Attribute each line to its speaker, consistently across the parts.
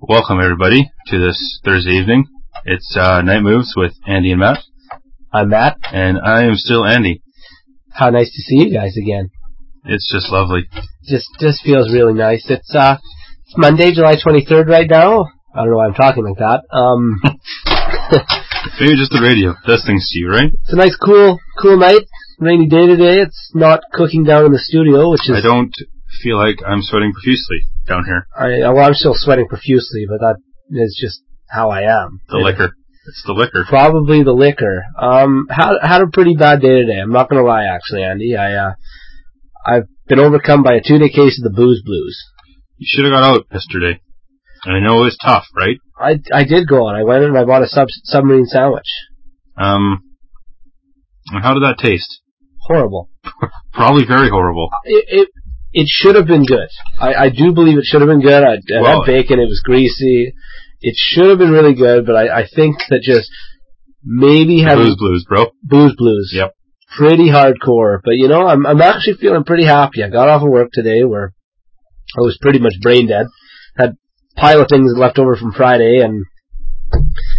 Speaker 1: Welcome, everybody, to this Thursday evening. It's uh, Night Moves with Andy and Matt,
Speaker 2: I'm Matt.
Speaker 1: and I am still Andy.
Speaker 2: How nice to see you guys again.
Speaker 1: It's just lovely.
Speaker 2: Just just feels really nice. It's uh it's Monday, July 23rd right now. I don't know why I'm talking like that. Um
Speaker 1: Maybe just the radio does things to you, right?
Speaker 2: it's a nice cool cool night. Rainy day today. It's not cooking down in the studio, which is
Speaker 1: I don't feel like I'm sweating profusely down here.
Speaker 2: I- well I'm still sweating profusely, but that is just how I am.
Speaker 1: The liquor. It's the liquor.
Speaker 2: Probably the liquor. Um, had had a pretty bad day today. I'm not gonna lie, actually, Andy. I uh, I've been overcome by a two-day case of the booze blues.
Speaker 1: You should have got out yesterday. I know it's tough, right?
Speaker 2: I I did go on. I went and I bought a sub submarine sandwich.
Speaker 1: Um, and how did that taste?
Speaker 2: Horrible.
Speaker 1: Probably very horrible.
Speaker 2: It it, it should have been good. I, I do believe it should have been good. I, I
Speaker 1: Well-
Speaker 2: had bacon. It was greasy. It should have been really good, but I, I think that just maybe
Speaker 1: The
Speaker 2: having
Speaker 1: Blues, blues, bro.
Speaker 2: booze blues.
Speaker 1: Yep.
Speaker 2: Pretty hardcore. But you know, I'm I'm actually feeling pretty happy. I got off of work today where I was pretty much brain dead. Had a pile of things left over from Friday and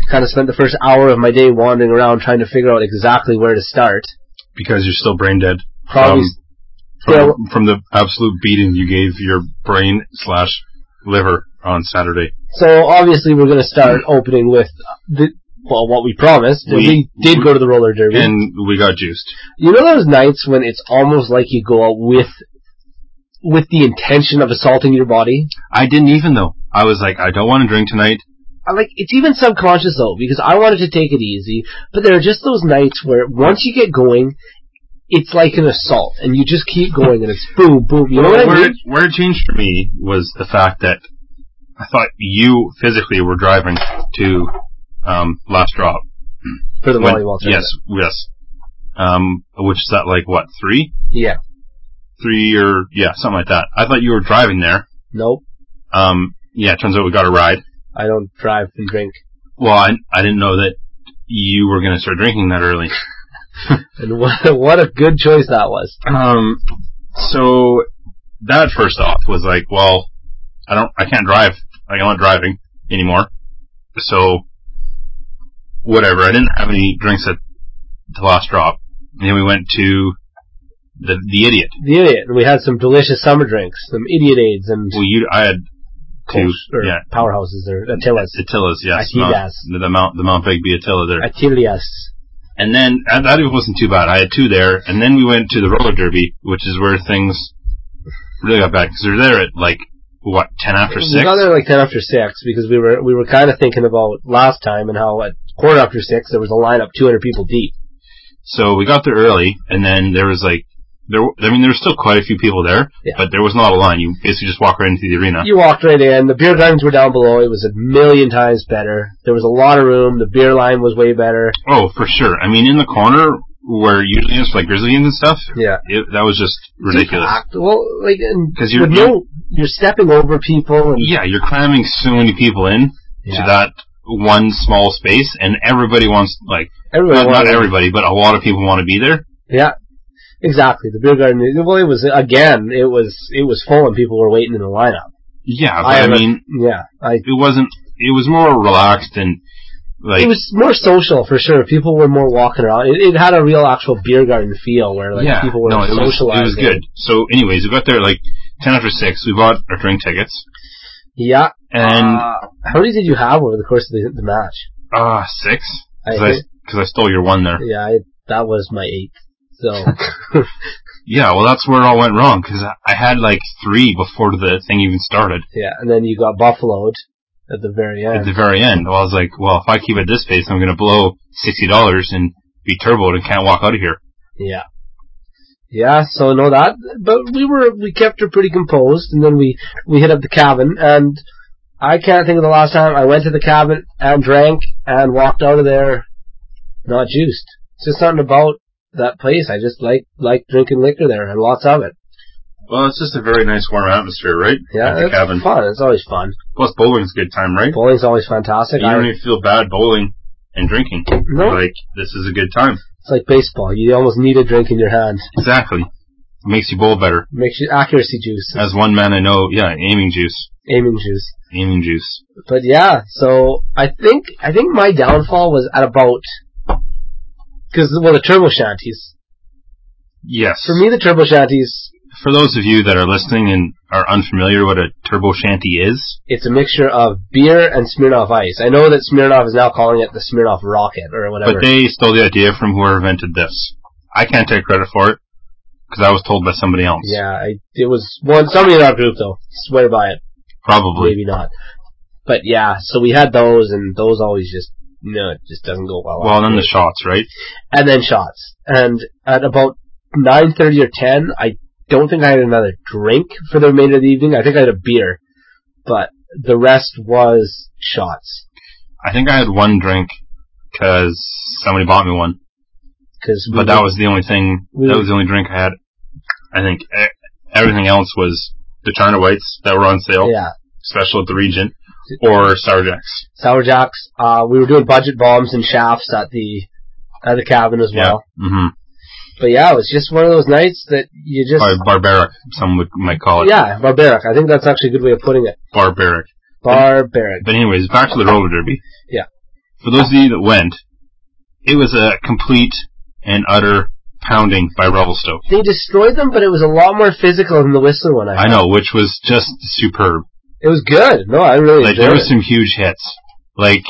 Speaker 2: kind of spent the first hour of my day wandering around trying to figure out exactly where to start.
Speaker 1: Because you're still brain dead
Speaker 2: Probably
Speaker 1: Um, from, from the absolute beating you gave your brain slash liver on Saturday.
Speaker 2: so obviously we're going to start opening with the well what we promised. and
Speaker 1: We-
Speaker 2: We, did go to the roller derby.
Speaker 1: And we got juiced.
Speaker 2: You know those nights when it's almost like you go out with with the intention of assaulting your body?
Speaker 1: I didn't even though. I was like, I don't want to drink tonight.
Speaker 2: I like it's even subconscious though because I wanted to take it easy, but there are just those nights where once you get going, it's like an assault, and you just keep going, and it's boom, boom. You know what I
Speaker 1: where,
Speaker 2: mean?
Speaker 1: it, where it changed for me was the fact that I thought you physically were driving to um, Last Drop.
Speaker 2: For the
Speaker 1: When-
Speaker 2: volleyball
Speaker 1: yes,
Speaker 2: tournament.
Speaker 1: yes. Um, which is that like what three,
Speaker 2: Yeah.
Speaker 1: three or yeah, something like that. I thought you were driving there.
Speaker 2: Nope.
Speaker 1: Um, yeah, turns out we got a ride.
Speaker 2: I don't drive and drink.
Speaker 1: Well, I, I didn't know that you were going to start drinking that early.
Speaker 2: And what what a good choice that was.
Speaker 1: Um, so that first off was like, well, I don't, I can't drive. Like, I'm not driving anymore. So, whatever. I didn't have any drinks at the last drop. And then we went to the the idiot.
Speaker 2: The idiot. We had some delicious summer drinks, some idiot aids, and
Speaker 1: Well, you, I had two,
Speaker 2: Colts, or
Speaker 1: yeah,
Speaker 2: powerhouses or Attilas,
Speaker 1: Attilas, yes,
Speaker 2: Atidas.
Speaker 1: Mount, the, the Mount the Mount Bigby Attila there.
Speaker 2: Attilias.
Speaker 1: And then and that wasn't too bad. I had two there, and then we went to the roller derby, which is where things really got bad because we were there at like what ten after
Speaker 2: We
Speaker 1: six.
Speaker 2: got there like ten after six because we were we were kind of thinking about last time and how at quarter after six there was a lineup two hundred people deep.
Speaker 1: So we got there early, and then there was like there. w- I mean, there were still quite a few people there,
Speaker 2: Yeah.
Speaker 1: but there was not a line. You basically just walk right into the arena.
Speaker 2: You walked right in. The beer gardens were down below. It was a million times better. There was a lot of room. The beer line was way better.
Speaker 1: Oh, for sure. I mean, in the corner where usually it's like grizzly games and stuff,
Speaker 2: Yeah,
Speaker 1: it, that was just ridiculous.
Speaker 2: Well, like and
Speaker 1: 'Cause you're-
Speaker 2: with no, you're stepping over people and
Speaker 1: Yeah, you're cramming so many people in to
Speaker 2: Yeah.
Speaker 1: that one small space, and everybody wants like
Speaker 2: everyone.
Speaker 1: not, not
Speaker 2: wanted-
Speaker 1: everybody, but a lot of people want to be there.
Speaker 2: Yeah, exactly. The beer garden. Well, it was again. It was it was full and people were waiting in the lineup.
Speaker 1: Yeah,
Speaker 2: I
Speaker 1: but I,
Speaker 2: have a-
Speaker 1: mean,
Speaker 2: Yeah, I.
Speaker 1: it wasn't. It was more relaxed and like
Speaker 2: it was more social for sure. People were more walking around. It, it had a real actual beer garden feel where like people were
Speaker 1: no, it was, it
Speaker 2: socializing.
Speaker 1: was good. So, anyways, we got there like ten after six. We bought our drink tickets,
Speaker 2: Yeah.
Speaker 1: and
Speaker 2: Uh, how many did you have over the course of the, the match?
Speaker 1: uh, six
Speaker 2: I
Speaker 1: because I, because I stole your one there.
Speaker 2: Yeah, I, that was my eighth. So
Speaker 1: Yeah, well, that's where it all went wrong because I, I had like three before the thing even started
Speaker 2: yeah, and then you got buffaloed at the very
Speaker 1: at
Speaker 2: end.
Speaker 1: the very end. Well, I was like, well, if I keep at this pace, I'm gonna blow sixty dollars and be turboed and can't walk out of here.
Speaker 2: Yeah, yeah. So no, that. But we were we kept her pretty composed, and then we we hit up the cabin, and I can't think of the last time I went to the cabin and drank and walked out of there not juiced. It's just something about that place. I just like like drinking liquor there and lots of it.
Speaker 1: Well, it's just a very nice warm atmosphere, right?
Speaker 2: Yeah,
Speaker 1: at the
Speaker 2: it's
Speaker 1: cabin.
Speaker 2: fun. It's always fun.
Speaker 1: Plus, bowling's a good time, right?
Speaker 2: Bowling's always fantastic.
Speaker 1: you
Speaker 2: I-
Speaker 1: don't e- even feel bad bowling and drinking.
Speaker 2: No.
Speaker 1: Like this is a good time.
Speaker 2: it's like baseball. You almost need a drink in your hand.
Speaker 1: Exactly. makes you bowl better.
Speaker 2: Makes you accuracy juice,
Speaker 1: As one man I know, yeah, aiming juice,
Speaker 2: aiming juice.
Speaker 1: aiming juice.
Speaker 2: But yeah, so I think I think my downfall was at about because well the turbo shanties
Speaker 1: Yes.
Speaker 2: for me the turbo shanties
Speaker 1: For those of you that are listening and are unfamiliar what a turbo shanty is,
Speaker 2: it's a mixture of beer and Smirnoff Ice. I know that Smirnoff is now calling it the Smirnoff Rocket or whatever.
Speaker 1: but they stole the idea from whoever invented this. I can't take credit for it because I was told by somebody else.
Speaker 2: yeah, I, it was one somebody in our group though swear by it.
Speaker 1: Probably.
Speaker 2: maybe not. But yeah, so we had those, and those always just no, it just doesn't go well.
Speaker 1: Well, and then the shots, right?
Speaker 2: and then shots, and at about nine thirty or ten, I don't think I had another drink for the remainder of the evening. I think I had a beer, but the rest was shots
Speaker 1: I think I had one drink because somebody bought me one,
Speaker 2: because
Speaker 1: but that was the only thing.
Speaker 2: we-
Speaker 1: That was the only drink I had. I think e- everything else was the China Whites that were on sale,
Speaker 2: yeah
Speaker 1: special at the Regent, or Sour Jacks.
Speaker 2: sour jacks. Uh, we were doing budget bombs and shafts at the at the cabin as well.
Speaker 1: hmm
Speaker 2: But yeah, it was just one of those nights that you just
Speaker 1: Or barbaric, some would might call it
Speaker 2: yeah barbaric. I think that's actually a good way of putting it.
Speaker 1: barbaric.
Speaker 2: Barbaric.
Speaker 1: But anyways, back to the roller derby.
Speaker 2: Yeah.
Speaker 1: For those of you that went, it was a complete and utter pounding by Revelstoke.
Speaker 2: They destroyed them, but it was a lot more physical than the Whistler one.
Speaker 1: I
Speaker 2: I,
Speaker 1: know, which was just superb.
Speaker 2: it was good. No, I really
Speaker 1: Like there
Speaker 2: enjoyed
Speaker 1: were
Speaker 2: it.
Speaker 1: some huge hits. Like,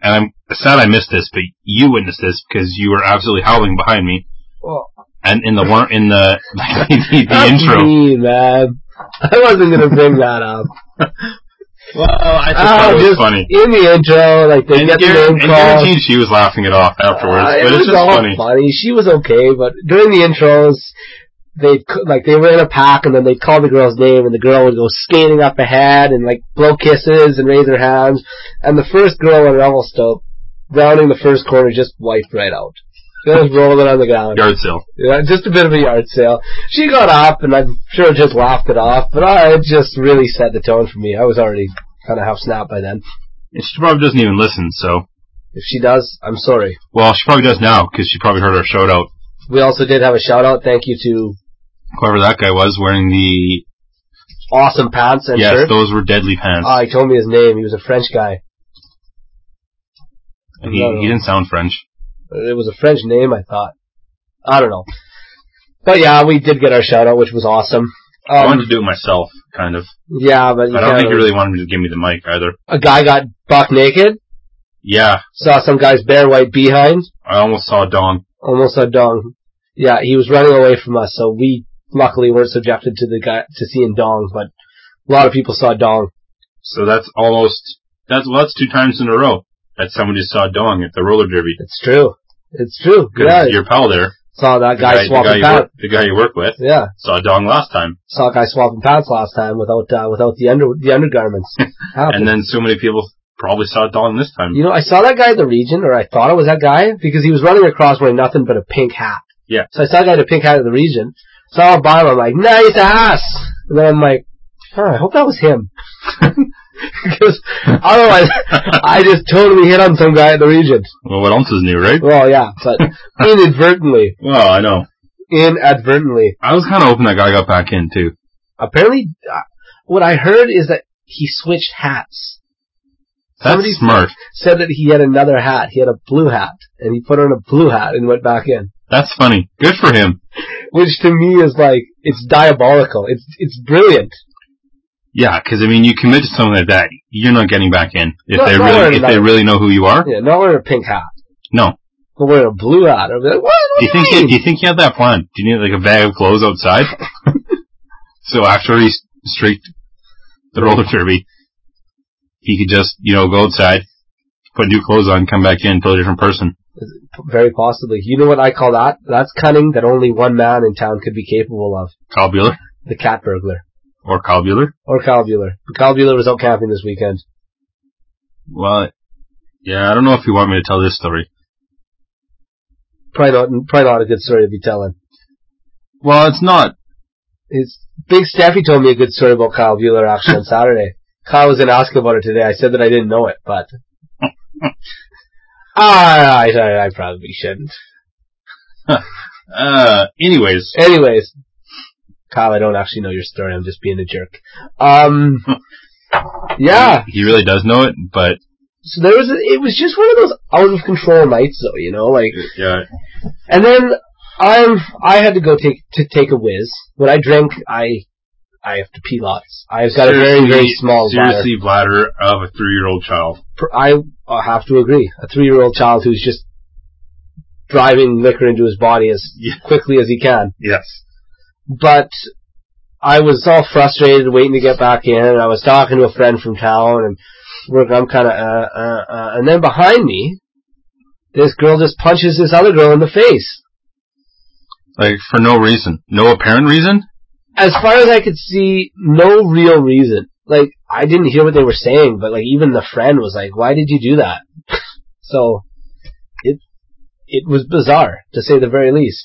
Speaker 1: and I'm sad I missed this, but you witnessed this because you were absolutely howling behind me.
Speaker 2: Oh,
Speaker 1: And in the war, in the the, the
Speaker 2: that's
Speaker 1: intro,
Speaker 2: mean, man. I wasn't gonna bring that up.
Speaker 1: well, I just
Speaker 2: Ah,
Speaker 1: thought it was
Speaker 2: just
Speaker 1: funny.
Speaker 2: in the intro, like they
Speaker 1: And,
Speaker 2: get the
Speaker 1: guar-
Speaker 2: name
Speaker 1: and
Speaker 2: called.
Speaker 1: guaranteed she was laughing it off afterwards,
Speaker 2: Uh, it
Speaker 1: but it's
Speaker 2: was
Speaker 1: just
Speaker 2: all
Speaker 1: funny.
Speaker 2: She was okay, but during the intros, they like they were in a pack, and then they'd call the girl's name, and the girl would go skating up ahead and like blow kisses and raise her hands. And the first girl in Revelstoke, rounding the first corner, just wiped right out. Just rolling on the ground.
Speaker 1: Yard sale.
Speaker 2: Yeah, just a bit of a yard sale. She got up, and I'm sure just laughed it off, but I, it just really set the tone for me. I was already kind of half snapped by then.
Speaker 1: And she probably doesn't even listen. So,
Speaker 2: If she does, I'm sorry.
Speaker 1: well, she probably does now because she probably heard our shout out.
Speaker 2: We also did have a shout out. Thank you to
Speaker 1: Whoever that guy was wearing the
Speaker 2: Awesome Pants and
Speaker 1: yes,
Speaker 2: Shirt.
Speaker 1: those were deadly pants.
Speaker 2: Ah, he told me his name. He was a French guy.
Speaker 1: And he, he didn't sound French.
Speaker 2: It was a French name, I thought. I don't know. But yeah, we did get our shout out, which was awesome.
Speaker 1: I wanted
Speaker 2: Um,
Speaker 1: to do it myself, kind of.
Speaker 2: yeah, but you
Speaker 1: I don't
Speaker 2: can't
Speaker 1: think he really wanted to give me the mic either.
Speaker 2: a guy got buck naked,
Speaker 1: Yeah,
Speaker 2: saw some guy's bare white behind,
Speaker 1: I almost saw Dong.
Speaker 2: almost a dong. Yeah, he was running away from us, so we luckily weren't subjected to the guy to seeing dong, but a lot of people saw dong.
Speaker 1: So that's almost that's well, that's two times in a row that somebody saw Dong at the roller derby.
Speaker 2: It's true. It's true.
Speaker 1: Good,
Speaker 2: yeah,
Speaker 1: your pal there,
Speaker 2: saw that
Speaker 1: the
Speaker 2: guy,
Speaker 1: the guy
Speaker 2: swapping
Speaker 1: you
Speaker 2: pants.
Speaker 1: work, the guy you work with,
Speaker 2: Yeah,
Speaker 1: saw Dong last time,
Speaker 2: saw a guy swapping pants last time without uh, without the under the undergarments. Happened.
Speaker 1: and then so many people probably saw Dong this time.
Speaker 2: You know, I saw that guy in the region, or I thought it was that guy, because he was running across wearing nothing but a pink hat.
Speaker 1: Yeah.
Speaker 2: So I saw a guy in a pink hat in the region, saw him by him, I'm like, nice ass! And then I'm like, huh, I hope that was him. Because otherwise, I just totally hit on some guy in the region.
Speaker 1: Well, what else is new, right?
Speaker 2: Well, yeah, but inadvertently.
Speaker 1: Well, I know.
Speaker 2: Inadvertently.
Speaker 1: I was kind of hoping that guy got back in too.
Speaker 2: Apparently, uh, what I heard is that he switched hats.
Speaker 1: That's
Speaker 2: Somebody
Speaker 1: smart.
Speaker 2: said that he had another hat. He had a blue hat, and he put on a blue hat and went back in.
Speaker 1: That's funny. Good for him.
Speaker 2: which to me is like it's diabolical. It's it's brilliant.
Speaker 1: Yeah, because I mean, you commit to something like that, you're not getting back in if
Speaker 2: No,
Speaker 1: they
Speaker 2: no,
Speaker 1: really
Speaker 2: no,
Speaker 1: if
Speaker 2: no.
Speaker 1: they really know who you are.
Speaker 2: Yeah, not wearing a pink hat,
Speaker 1: No.
Speaker 2: but wearing a blue hat. I'd be like, what? what
Speaker 1: Do you think?
Speaker 2: mean?
Speaker 1: You, do you think he had that plan? Do you need like a bag of clothes outside? so after he s- streaked the roller derby, he could just you know go outside, put new clothes on, come back in, feel a different person.
Speaker 2: Very possibly. You know what I call that? That's cunning that only one man in town could be capable of:
Speaker 1: Kyle Bueller
Speaker 2: the cat burglar
Speaker 1: or Kyle Bueller?
Speaker 2: or Kyle Bueller. Kyle Bueller was out camping this weekend.
Speaker 1: Well, yeah, I don't know if you want me to tell this story.
Speaker 2: Probably not. Probably not a good story to be telling.
Speaker 1: Well, it's not.
Speaker 2: It's Big Steffi told me a good story about Kyle Bueller actually on Saturday. Kyle was in ask about it today. I said that I didn't know it, but. Ah, I, I, I probably shouldn't.
Speaker 1: Uh, anyways,
Speaker 2: Anyways, Kyle, I don't actually know your story. I'm just being a jerk. Um, yeah.
Speaker 1: He really does know it, but
Speaker 2: So there was. A, it was just one of those out of control nights, though. You know, like,
Speaker 1: yeah,
Speaker 2: and then I'm. I had to go take to take a whiz. When I drink, I. I have to pee lots. I've got a very, very
Speaker 1: Seriously-
Speaker 2: small bladder.
Speaker 1: seriously bladder of a three-year-old child.
Speaker 2: pr- I uh, have to agree. A three-year-old child who's just driving liquor into his body as
Speaker 1: Yeah.
Speaker 2: quickly as he can.
Speaker 1: Yes.
Speaker 2: But I was all frustrated, waiting to get back in, and I was talking to a friend from town, and we're, I'm kind of, uh, uh, uh, and then behind me, this girl just punches this other girl in the face.
Speaker 1: Like for no reason, no apparent reason.
Speaker 2: As far as I could see, no real reason. Like, I didn't hear what they were saying, but like, even the friend was like, why did you do that? so, it, it was bizarre, to say the very least.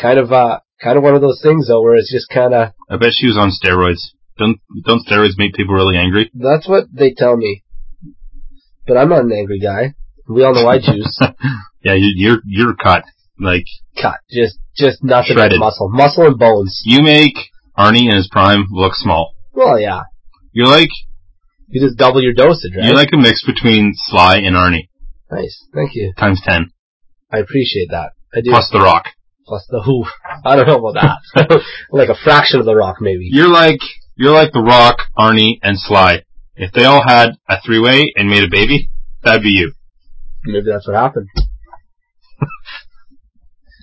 Speaker 2: Kind of, uh, kind of one of those things though, where it's just kind of,
Speaker 1: I bet she was on steroids. Don't don't steroids make people really angry?
Speaker 2: that's what they tell me. But I'm not an angry guy. We all know I juice.
Speaker 1: Yeah, you, you're you're cut. Like
Speaker 2: Cut. Just, just nothing but
Speaker 1: Shredded.
Speaker 2: muscle. Muscle and bones.
Speaker 1: you make Arnie in his prime look small.
Speaker 2: Well, yeah.
Speaker 1: You're like
Speaker 2: You just double your dosage, right?
Speaker 1: you're like a mix between Sly and Arnie
Speaker 2: nice. Thank you.
Speaker 1: times ten
Speaker 2: I appreciate that. I do.
Speaker 1: plus The Rock.
Speaker 2: plus the who. I don't know about that. like a fraction of the rock, maybe.
Speaker 1: You're like you're like The Rock, Arnie, and Sly. If they all had a three-way and made a baby, that'd be you.
Speaker 2: Maybe that's what happened.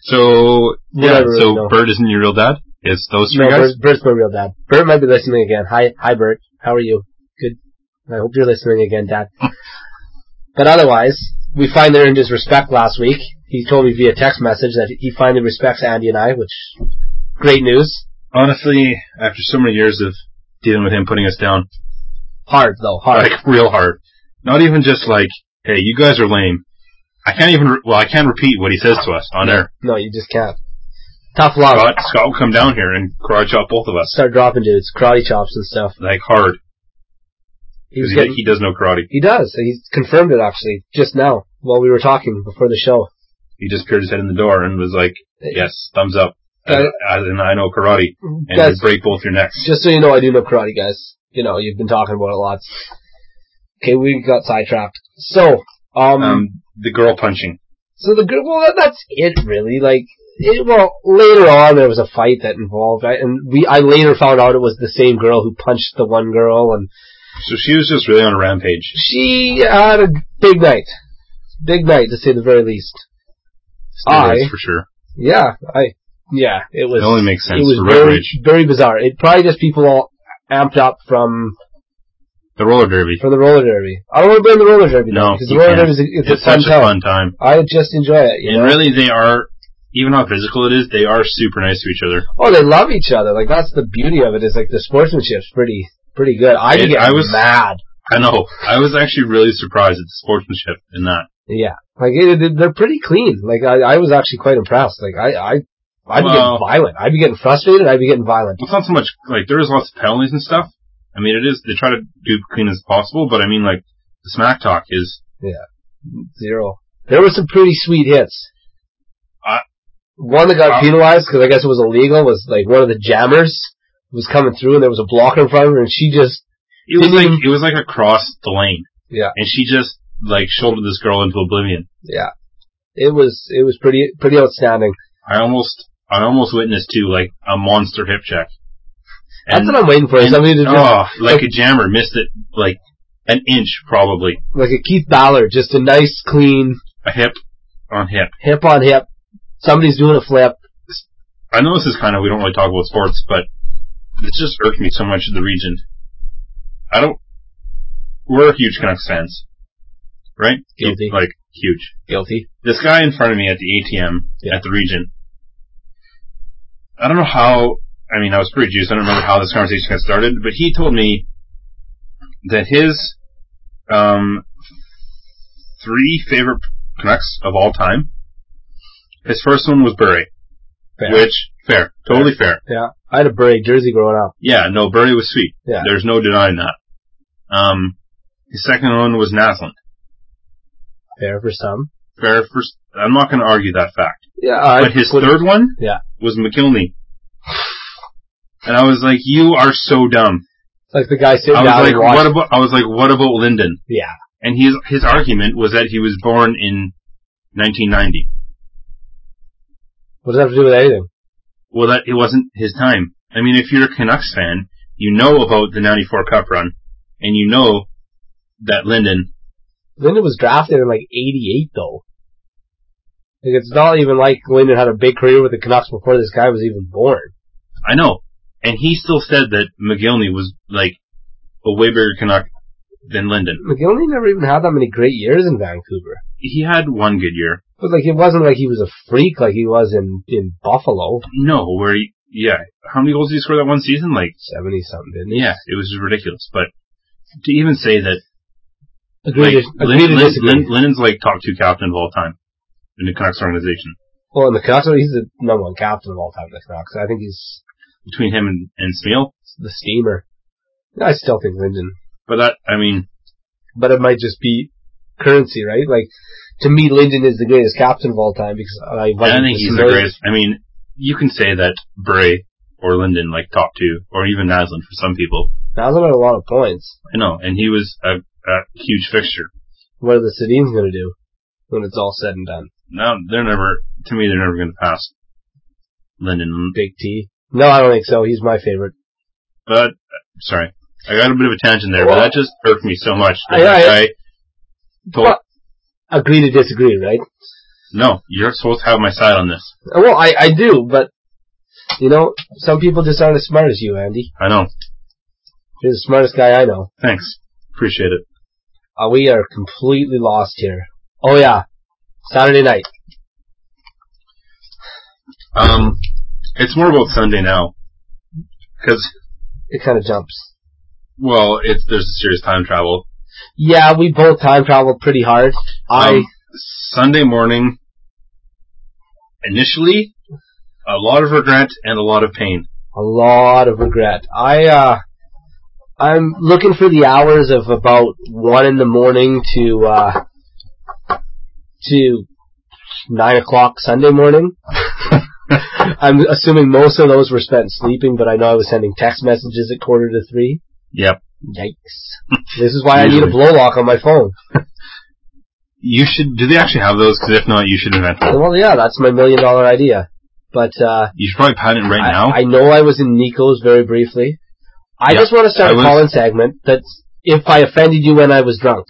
Speaker 1: So yeah,
Speaker 2: Whatever,
Speaker 1: so
Speaker 2: no.
Speaker 1: Bird isn't your real dad. It's those three
Speaker 2: No,
Speaker 1: guys.
Speaker 2: Bert, Bert's my real dad. Bert might be listening again. Hi, hi, Bert. How are you? Good. I hope you're listening again, Dad. but otherwise, we finally earned his respect last week. He told me via text message that he finally respects Andy and I, which great news.
Speaker 1: Honestly, after so many years of dealing with him putting us down,
Speaker 2: Hard though, hard.
Speaker 1: like real hard. Not even just like, hey, you guys are lame. I can't even. Re- well, I can't repeat what he says to us on air.
Speaker 2: No, you just can't. Tough love.
Speaker 1: Scott, Scott will come down here and karate chop both of us
Speaker 2: Start dropping dudes, karate chops and stuff.
Speaker 1: like hard
Speaker 2: He
Speaker 1: because
Speaker 2: was
Speaker 1: he,
Speaker 2: getting
Speaker 1: he does know karate.
Speaker 2: He does. He's confirmed it actually just now while we were talking before the show.
Speaker 1: He just peered his head in the door and was like, "Yes, thumbs up."
Speaker 2: Uh,
Speaker 1: As, as in, I know karate, and
Speaker 2: Guys,
Speaker 1: you break both your necks.
Speaker 2: just so you know, I do know karate, guys. You know, you've been talking about it lots. Okay, we got sidetracked. So, um,
Speaker 1: Um, the girl punching.
Speaker 2: so the girl. Well, that's it really. Like, it, well, later on there was a fight that involved, I, and we. I later found out it was the same girl who punched the one girl, and
Speaker 1: So she was just really on a rampage.
Speaker 2: she had a big night, big night to say the very least.
Speaker 1: Steroids for sure.
Speaker 2: Yeah, I yeah, it was.
Speaker 1: It only makes sense,
Speaker 2: It was
Speaker 1: the road
Speaker 2: very,
Speaker 1: rage.
Speaker 2: very bizarre. It probably just people all amped up from
Speaker 1: The roller derby.
Speaker 2: from the roller derby. I don't want to blame the roller derby
Speaker 1: No,
Speaker 2: though, because the
Speaker 1: you
Speaker 2: roller
Speaker 1: can't.
Speaker 2: derby is a, it's,
Speaker 1: It's
Speaker 2: a fun
Speaker 1: such a
Speaker 2: time.
Speaker 1: fun time.
Speaker 2: I just enjoy it. You
Speaker 1: And
Speaker 2: know?
Speaker 1: really, they are, even how physical it is, they are super nice to each other.
Speaker 2: oh, they love each other. Like that's the beauty of it. Is like the sportsmanship's pretty pretty good. I
Speaker 1: It-
Speaker 2: could get
Speaker 1: I was-
Speaker 2: mad.
Speaker 1: I know. I was actually really surprised at the sportsmanship in that.
Speaker 2: Yeah, like it, it- they're pretty clean. Like I, I was actually quite impressed. Like I I. I'd be
Speaker 1: Well-
Speaker 2: getting violent. I'd be getting frustrated. I'd be getting violent.
Speaker 1: It's not so much, like, there is lots of penalties and stuff. I mean, it is, they try to do clean as possible, but I mean, like, the smack talk is,
Speaker 2: Zero. There were some pretty sweet hits.
Speaker 1: I-
Speaker 2: one that got
Speaker 1: I-
Speaker 2: penalized because I guess it was illegal was like one of the jammers was coming through and there was a blocker in front of her and she just
Speaker 1: it was
Speaker 2: Didn't
Speaker 1: like,
Speaker 2: even-
Speaker 1: it was like across the lane.
Speaker 2: Yeah.
Speaker 1: And she just, like, shouldered this girl into oblivion.
Speaker 2: yeah. It was it was pretty pretty outstanding.
Speaker 1: I almost, I almost witnessed too, like, a monster hip check.
Speaker 2: That's what I'm waiting for. is
Speaker 1: and-
Speaker 2: Somebody to just,
Speaker 1: oh, like a jammer missed it, like, an inch probably.
Speaker 2: like a Keith Ballard, just a nice clean
Speaker 1: A hip on hip.
Speaker 2: hip on hip. Somebody's doing a flip.
Speaker 1: I know this is kind of we don't really talk about sports, but this just irked me so much in the region. I don't. We're huge Canucks fans, right?
Speaker 2: Guilty.
Speaker 1: Hu- Like huge.
Speaker 2: Guilty.
Speaker 1: This guy in front of me at the ATM
Speaker 2: Yeah.
Speaker 1: at the region. I don't know how. I mean, I was pretty juiced. I don't remember how this conversation got started, but he told me that his um, three favorite Canucks of all time. His first one was Burry.
Speaker 2: Fair.
Speaker 1: Which fair, totally fair.
Speaker 2: Yeah. I had a Bray jersey growing up.
Speaker 1: Yeah, no, Burley was sweet.
Speaker 2: Yeah.
Speaker 1: there's no denying that. Um, his second one was Naslund.
Speaker 2: Fair for some.
Speaker 1: Fair first. I'm not going to argue that fact.
Speaker 2: Yeah, I
Speaker 1: but his
Speaker 2: would-
Speaker 1: third one,
Speaker 2: Yeah.
Speaker 1: was McKilney. And I was like, you are so dumb.
Speaker 2: Like the guy sitting
Speaker 1: I
Speaker 2: down
Speaker 1: was like,
Speaker 2: and watching.
Speaker 1: what about, I was like, what about Lyndon?
Speaker 2: yeah.
Speaker 1: And his, his argument was that he was born in 1990.
Speaker 2: What does that have to do with anything?
Speaker 1: Well, that, it wasn't his time. I mean, if you're a Canucks fan, you know about the 94 cup run and you know that Lyndon,
Speaker 2: Linden was drafted in like '88 though. Like it's not even like Linden had a big career with the Canucks before this guy was even born.
Speaker 1: I know. And he still said that McGillney was like a way bigger Canuck than Lyndon.
Speaker 2: McGillney never even had that many great years in Vancouver.
Speaker 1: He had one good year.
Speaker 2: But like it wasn't like he was a freak like he was in in Buffalo,
Speaker 1: No, where he, yeah, how many goals did he score that one season? Like,
Speaker 2: seventy something. Didn't he?
Speaker 1: yeah, it was just ridiculous. But to even say that,
Speaker 2: Agree,
Speaker 1: like,
Speaker 2: to, agree
Speaker 1: Lin- Lin-
Speaker 2: to disagree.
Speaker 1: Lin- Linnen's like top two captain of all time in the Canucks organization.
Speaker 2: well, in the Canucks, he's the number one captain of all time in the Canucks. I think he's
Speaker 1: Between him and, and Smeal.
Speaker 2: the steamer. I still think Linden,
Speaker 1: But that, I mean,
Speaker 2: but it might just be currency, right? Like to me, Linden is the greatest captain of all time because
Speaker 1: I
Speaker 2: I.
Speaker 1: don't think he's the greatest. I mean, you can say that Bray or Linden, like top two, or even Naslin for some people.
Speaker 2: Naslin had a lot of points.
Speaker 1: I know, and he was a, a huge fixture.
Speaker 2: What are the Sedin's going to do when it's all said and done?
Speaker 1: Now, they're never, to me, they're never going to pass Linden.
Speaker 2: Big T? No, I don't think so. He's my favorite.
Speaker 1: But sorry, I got a bit of a tangent there, but that just irked me so much that
Speaker 2: I-
Speaker 1: that
Speaker 2: I-
Speaker 1: guy told,
Speaker 2: Well- Agree to disagree, right?
Speaker 1: no, you're supposed to have my side on this.
Speaker 2: Well, I, I do, but you know, some people just aren't as smart as you, Andy.
Speaker 1: I know.
Speaker 2: You're the smartest guy I know.
Speaker 1: Thanks, appreciate it.
Speaker 2: Uh, we are completely lost here. Oh yeah, Saturday night.
Speaker 1: Um, it's more about Sunday now because
Speaker 2: It kind of jumps.
Speaker 1: well, it's there's a serious time travel.
Speaker 2: Yeah, we both time traveled pretty hard. I
Speaker 1: Um, Sunday morning, initially, a lot of regret and a lot of pain.
Speaker 2: a lot of regret. I uh I'm looking for the hours of about one in the morning to uh to nine o'clock Sunday morning. I'm assuming most of those were spent sleeping, but I know I was sending text messages at quarter to three.
Speaker 1: Yep.
Speaker 2: Yikes. This is why I need a
Speaker 1: Usually.
Speaker 2: blow lock on my phone.
Speaker 1: You should. Do they actually have those? Because if not, you should invent them.
Speaker 2: Well yeah, that's my million dollar idea. But uh
Speaker 1: You should probably patent right
Speaker 2: I,
Speaker 1: now.
Speaker 2: I know I was in Nico's very briefly. I
Speaker 1: Yeah,
Speaker 2: just want to start
Speaker 1: I
Speaker 2: a
Speaker 1: was-
Speaker 2: call-in segment that's if I offended you when I was drunk.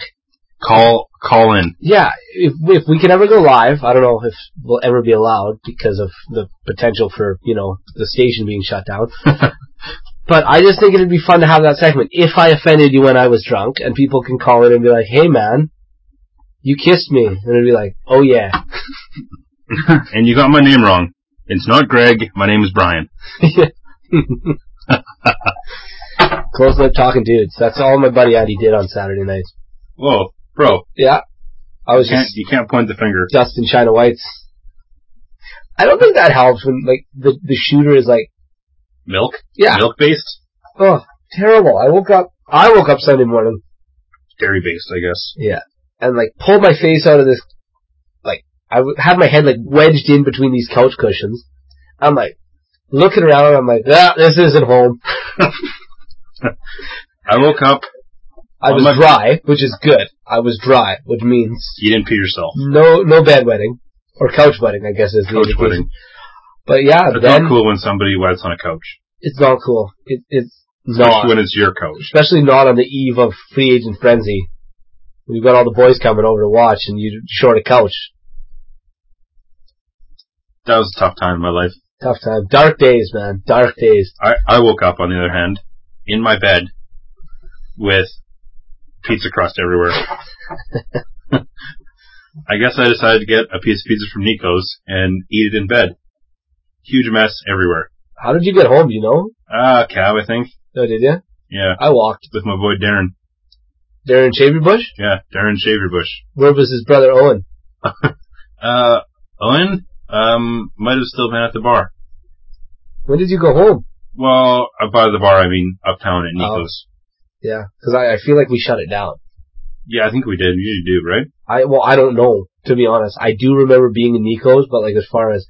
Speaker 1: call call in.
Speaker 2: Yeah, if if we can ever go live, I don't know if we'll ever be allowed because of the potential for you know the station being shut down. but I just think it'd be fun to have that segment. If I offended you when I was drunk, and people can call in and be like, "Hey, man." You kissed me, and it'd be like, "Oh yeah,
Speaker 1: and you got my name wrong. It's not Greg. My name is Brian.
Speaker 2: close lip talking dudes." That's all my buddy Andy did on Saturday night.
Speaker 1: Whoa, bro!
Speaker 2: Yeah, I was
Speaker 1: You can't,
Speaker 2: just
Speaker 1: you can't point the finger.
Speaker 2: Justin China White's. I don't think that helps when like the the shooter is like,
Speaker 1: Milk,
Speaker 2: yeah,
Speaker 1: milk based,
Speaker 2: oh, terrible. I woke up, I woke up Sunday morning,
Speaker 1: dairy based, I guess.
Speaker 2: yeah, and like pulled my face out of this, like I w- had my head like wedged in between these couch cushions. I'm like looking around, and I'm like, ah, this isn't home.
Speaker 1: I woke up.
Speaker 2: I
Speaker 1: Oh,
Speaker 2: was
Speaker 1: my-
Speaker 2: dry, which is good. I was dry, which means
Speaker 1: You didn't pee yourself.
Speaker 2: no no bedwetting or couch wetting, I guess is the
Speaker 1: Couch
Speaker 2: indication.
Speaker 1: wedding.
Speaker 2: But yeah,
Speaker 1: It's
Speaker 2: then
Speaker 1: not cool when somebody wets on a couch,
Speaker 2: it's not cool. It, it's not.
Speaker 1: especially when it's your couch.
Speaker 2: especially not on the eve of free agent frenzy. we have got all the boys coming over to watch, and you short a couch.
Speaker 1: That was a tough time in my life.
Speaker 2: Tough time, dark days, man, dark days.
Speaker 1: I I woke up on the other hand in my bed with pizza crust everywhere. I guess I decided to get a piece of pizza from Nico's and eat it in bed. Huge mess everywhere.
Speaker 2: How did you get home? You know?
Speaker 1: Ah, cab, I think.
Speaker 2: No, did you?
Speaker 1: Yeah,
Speaker 2: I walked.
Speaker 1: with my boy Darren.
Speaker 2: Darren Shaverbush.
Speaker 1: Yeah, Darren Shaverbush.
Speaker 2: Where was his brother Owen?
Speaker 1: Uh, Owen, um, might have still been at the bar.
Speaker 2: When did you go home?
Speaker 1: Well, uh, by the bar, I mean uptown
Speaker 2: Oh.
Speaker 1: at Nico's.
Speaker 2: Yeah, because I, I feel like we shut it down.
Speaker 1: Yeah, I think we did. You do, right?
Speaker 2: I well, I don't know to be honest. I do remember being in Nico's, but like as far as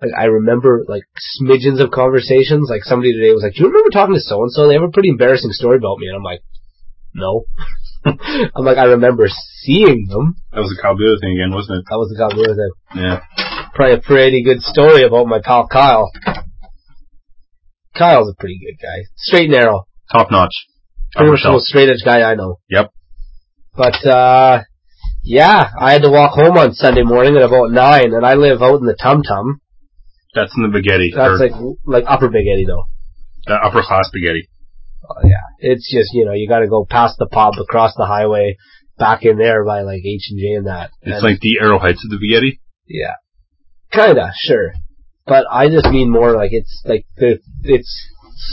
Speaker 2: Like I remember like smidgens of conversations. Like somebody today was like, "Do you remember talking to so and so? They have a pretty embarrassing story about me." And I'm like, "No." I'm like, I remember seeing them.
Speaker 1: That was the Calbula thing again, wasn't
Speaker 2: That was the guy with it.
Speaker 1: it? Yeah.
Speaker 2: Probably a pretty good story about my pal Kyle. Kyle's a pretty good guy. Straight and narrow.
Speaker 1: Top notch.
Speaker 2: Pretty
Speaker 1: Upper
Speaker 2: much the
Speaker 1: shelf.
Speaker 2: most straight edge guy I know.
Speaker 1: Yep.
Speaker 2: But uh yeah, I had to walk home on Sunday morning at about nine, and I live out in the Tum Tum.
Speaker 1: That's in the spaghetti.
Speaker 2: That's
Speaker 1: or
Speaker 2: like like Upper Big Eddie though.
Speaker 1: the upper class spaghetti.
Speaker 2: Oh, yeah, it's just you know you got to go past the pub, across the highway, back in there by like H and J and that.
Speaker 1: It's
Speaker 2: And-
Speaker 1: like the arrowheads of the spaghetti.
Speaker 2: yeah, kinda sure, but I just mean more like it's like the it's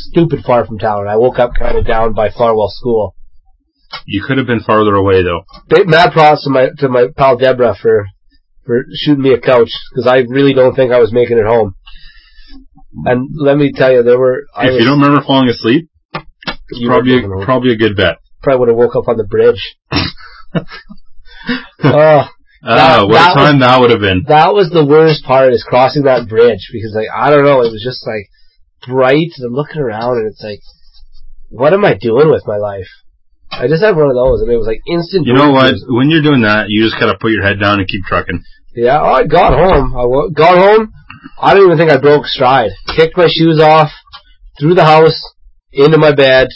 Speaker 2: stupid far from town. I woke up kind of down by Farwell School.
Speaker 1: You could have been farther away though.
Speaker 2: big mad props to my to my pal Deborah for for shooting me a couch because I really don't think I was making it home. And let me tell you, there were I
Speaker 1: if
Speaker 2: was,
Speaker 1: you don't remember falling asleep, it's
Speaker 2: You
Speaker 1: probably
Speaker 2: were-
Speaker 1: probably a good bet.
Speaker 2: probably would have woke up on the bridge. oh, That-
Speaker 1: Ah, what
Speaker 2: that
Speaker 1: a time that would have been.
Speaker 2: that was the worst part is crossing that bridge because like I don't know, it was just like bright and I'm looking around and it's like, what am I doing with my life? I just had one of those and it was like instant.
Speaker 1: You know what?
Speaker 2: breakthrough.
Speaker 1: When you're doing that, you just gotta put your head down and keep trucking.
Speaker 2: Yeah, oh, I got home. I w- got home. I don't even think I broke stride. Kicked my shoes off, through the house, into my bed.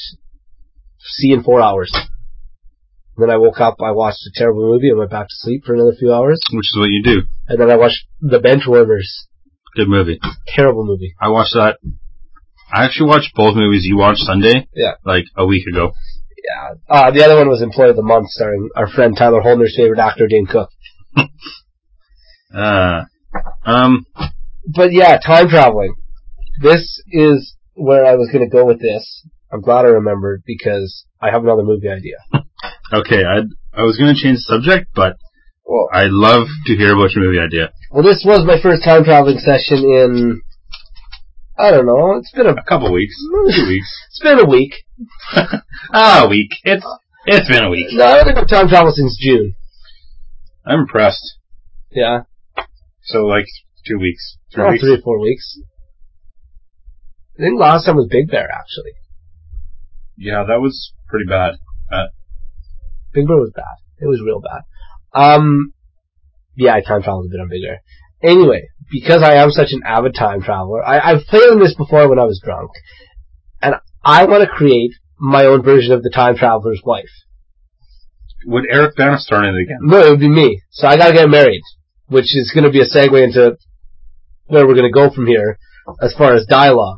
Speaker 2: See you in four hours. Then I woke up. I watched a terrible movie. I went back to sleep for another few hours,
Speaker 1: Which is what you do.
Speaker 2: and then I watched The Benchwarmers.
Speaker 1: Good movie.
Speaker 2: Terrible movie.
Speaker 1: I watched that. I actually watched both movies you watched Sunday.
Speaker 2: Yeah.
Speaker 1: Like a week ago.
Speaker 2: Yeah. Uh, the other one was Employee of the Month, starring our friend Tyler Holdner's favorite actor, Dane Cook.
Speaker 1: Uh, um,
Speaker 2: But yeah, time traveling. This is where I was going to go with this. I'm glad I remembered because I have another movie idea.
Speaker 1: okay, I, I was gonna change the subject, but
Speaker 2: Well,
Speaker 1: I love to hear about your movie idea.
Speaker 2: Well, this was my first time traveling session in. I don't know. It's been a
Speaker 1: A couple weeks. Two weeks.
Speaker 2: it's been a week.
Speaker 1: Ah, a week. It's, it's been a week.
Speaker 2: No, I don't think I've time traveled since June.
Speaker 1: I'm impressed.
Speaker 2: Yeah,
Speaker 1: So like, two weeks. Three
Speaker 2: around
Speaker 1: weeks.
Speaker 2: three or four weeks. I think last time was Big Bear actually.
Speaker 1: Yeah, that was pretty bad.
Speaker 2: Big Bear was bad. It was real bad. Um, yeah, I time traveled a bit on Big Bear. Anyway, because I am such an avid time traveler, I, I've played on this before when I was drunk, and I want to create my own version of the time traveler's wife.
Speaker 1: Would Eric Bana start in it again?
Speaker 2: No, it would be me. So I gotta get married, which is gonna be a segue into where we're gonna go from here as far as dialogue.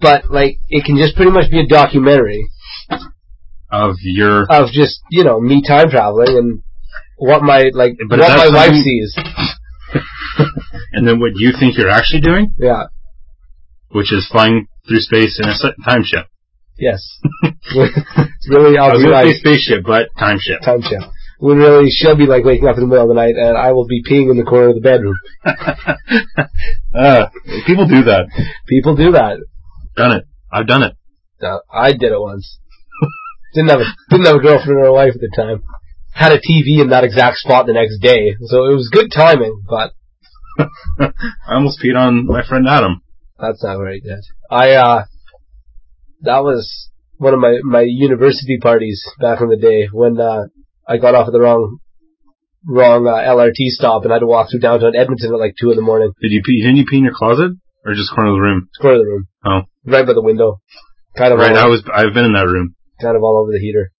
Speaker 2: But like, it can just pretty much be a documentary
Speaker 1: Of your,
Speaker 2: of just you know me time traveling and what my like
Speaker 1: But
Speaker 2: what
Speaker 1: that's
Speaker 2: my wife
Speaker 1: something-
Speaker 2: sees.
Speaker 1: and then what you think you're actually doing,
Speaker 2: Yeah.
Speaker 1: which is flying through space in a s- time ship.
Speaker 2: Yes. it's really
Speaker 1: I
Speaker 2: I'll
Speaker 1: was
Speaker 2: be
Speaker 1: gonna say
Speaker 2: like
Speaker 1: spaceship, but time ship.
Speaker 2: time ship. When really she'll be like waking up in the middle of the night and I will be peeing in the corner of the bedroom.
Speaker 1: uh, people do that.
Speaker 2: People do that.
Speaker 1: Done it. I've done it.
Speaker 2: No, I did it once. didn't have a, didn't have a girlfriend or a wife at the time. Had a TV in that exact spot the next day, so it was good timing. But
Speaker 1: I almost peed on my friend Adam.
Speaker 2: that's not very good. I uh, that was one of my my university parties back in the day when uh, I got off at the wrong wrong uh, LRT stop and had to walk through downtown Edmonton at like two in the morning.
Speaker 1: Did you pee? Didn't you pee in your closet or just corner of the room?
Speaker 2: Square of the room.
Speaker 1: Oh.
Speaker 2: Right by the window. Kind of
Speaker 1: Right.
Speaker 2: all,
Speaker 1: I was. I've been in that room.
Speaker 2: kind of all over the heater.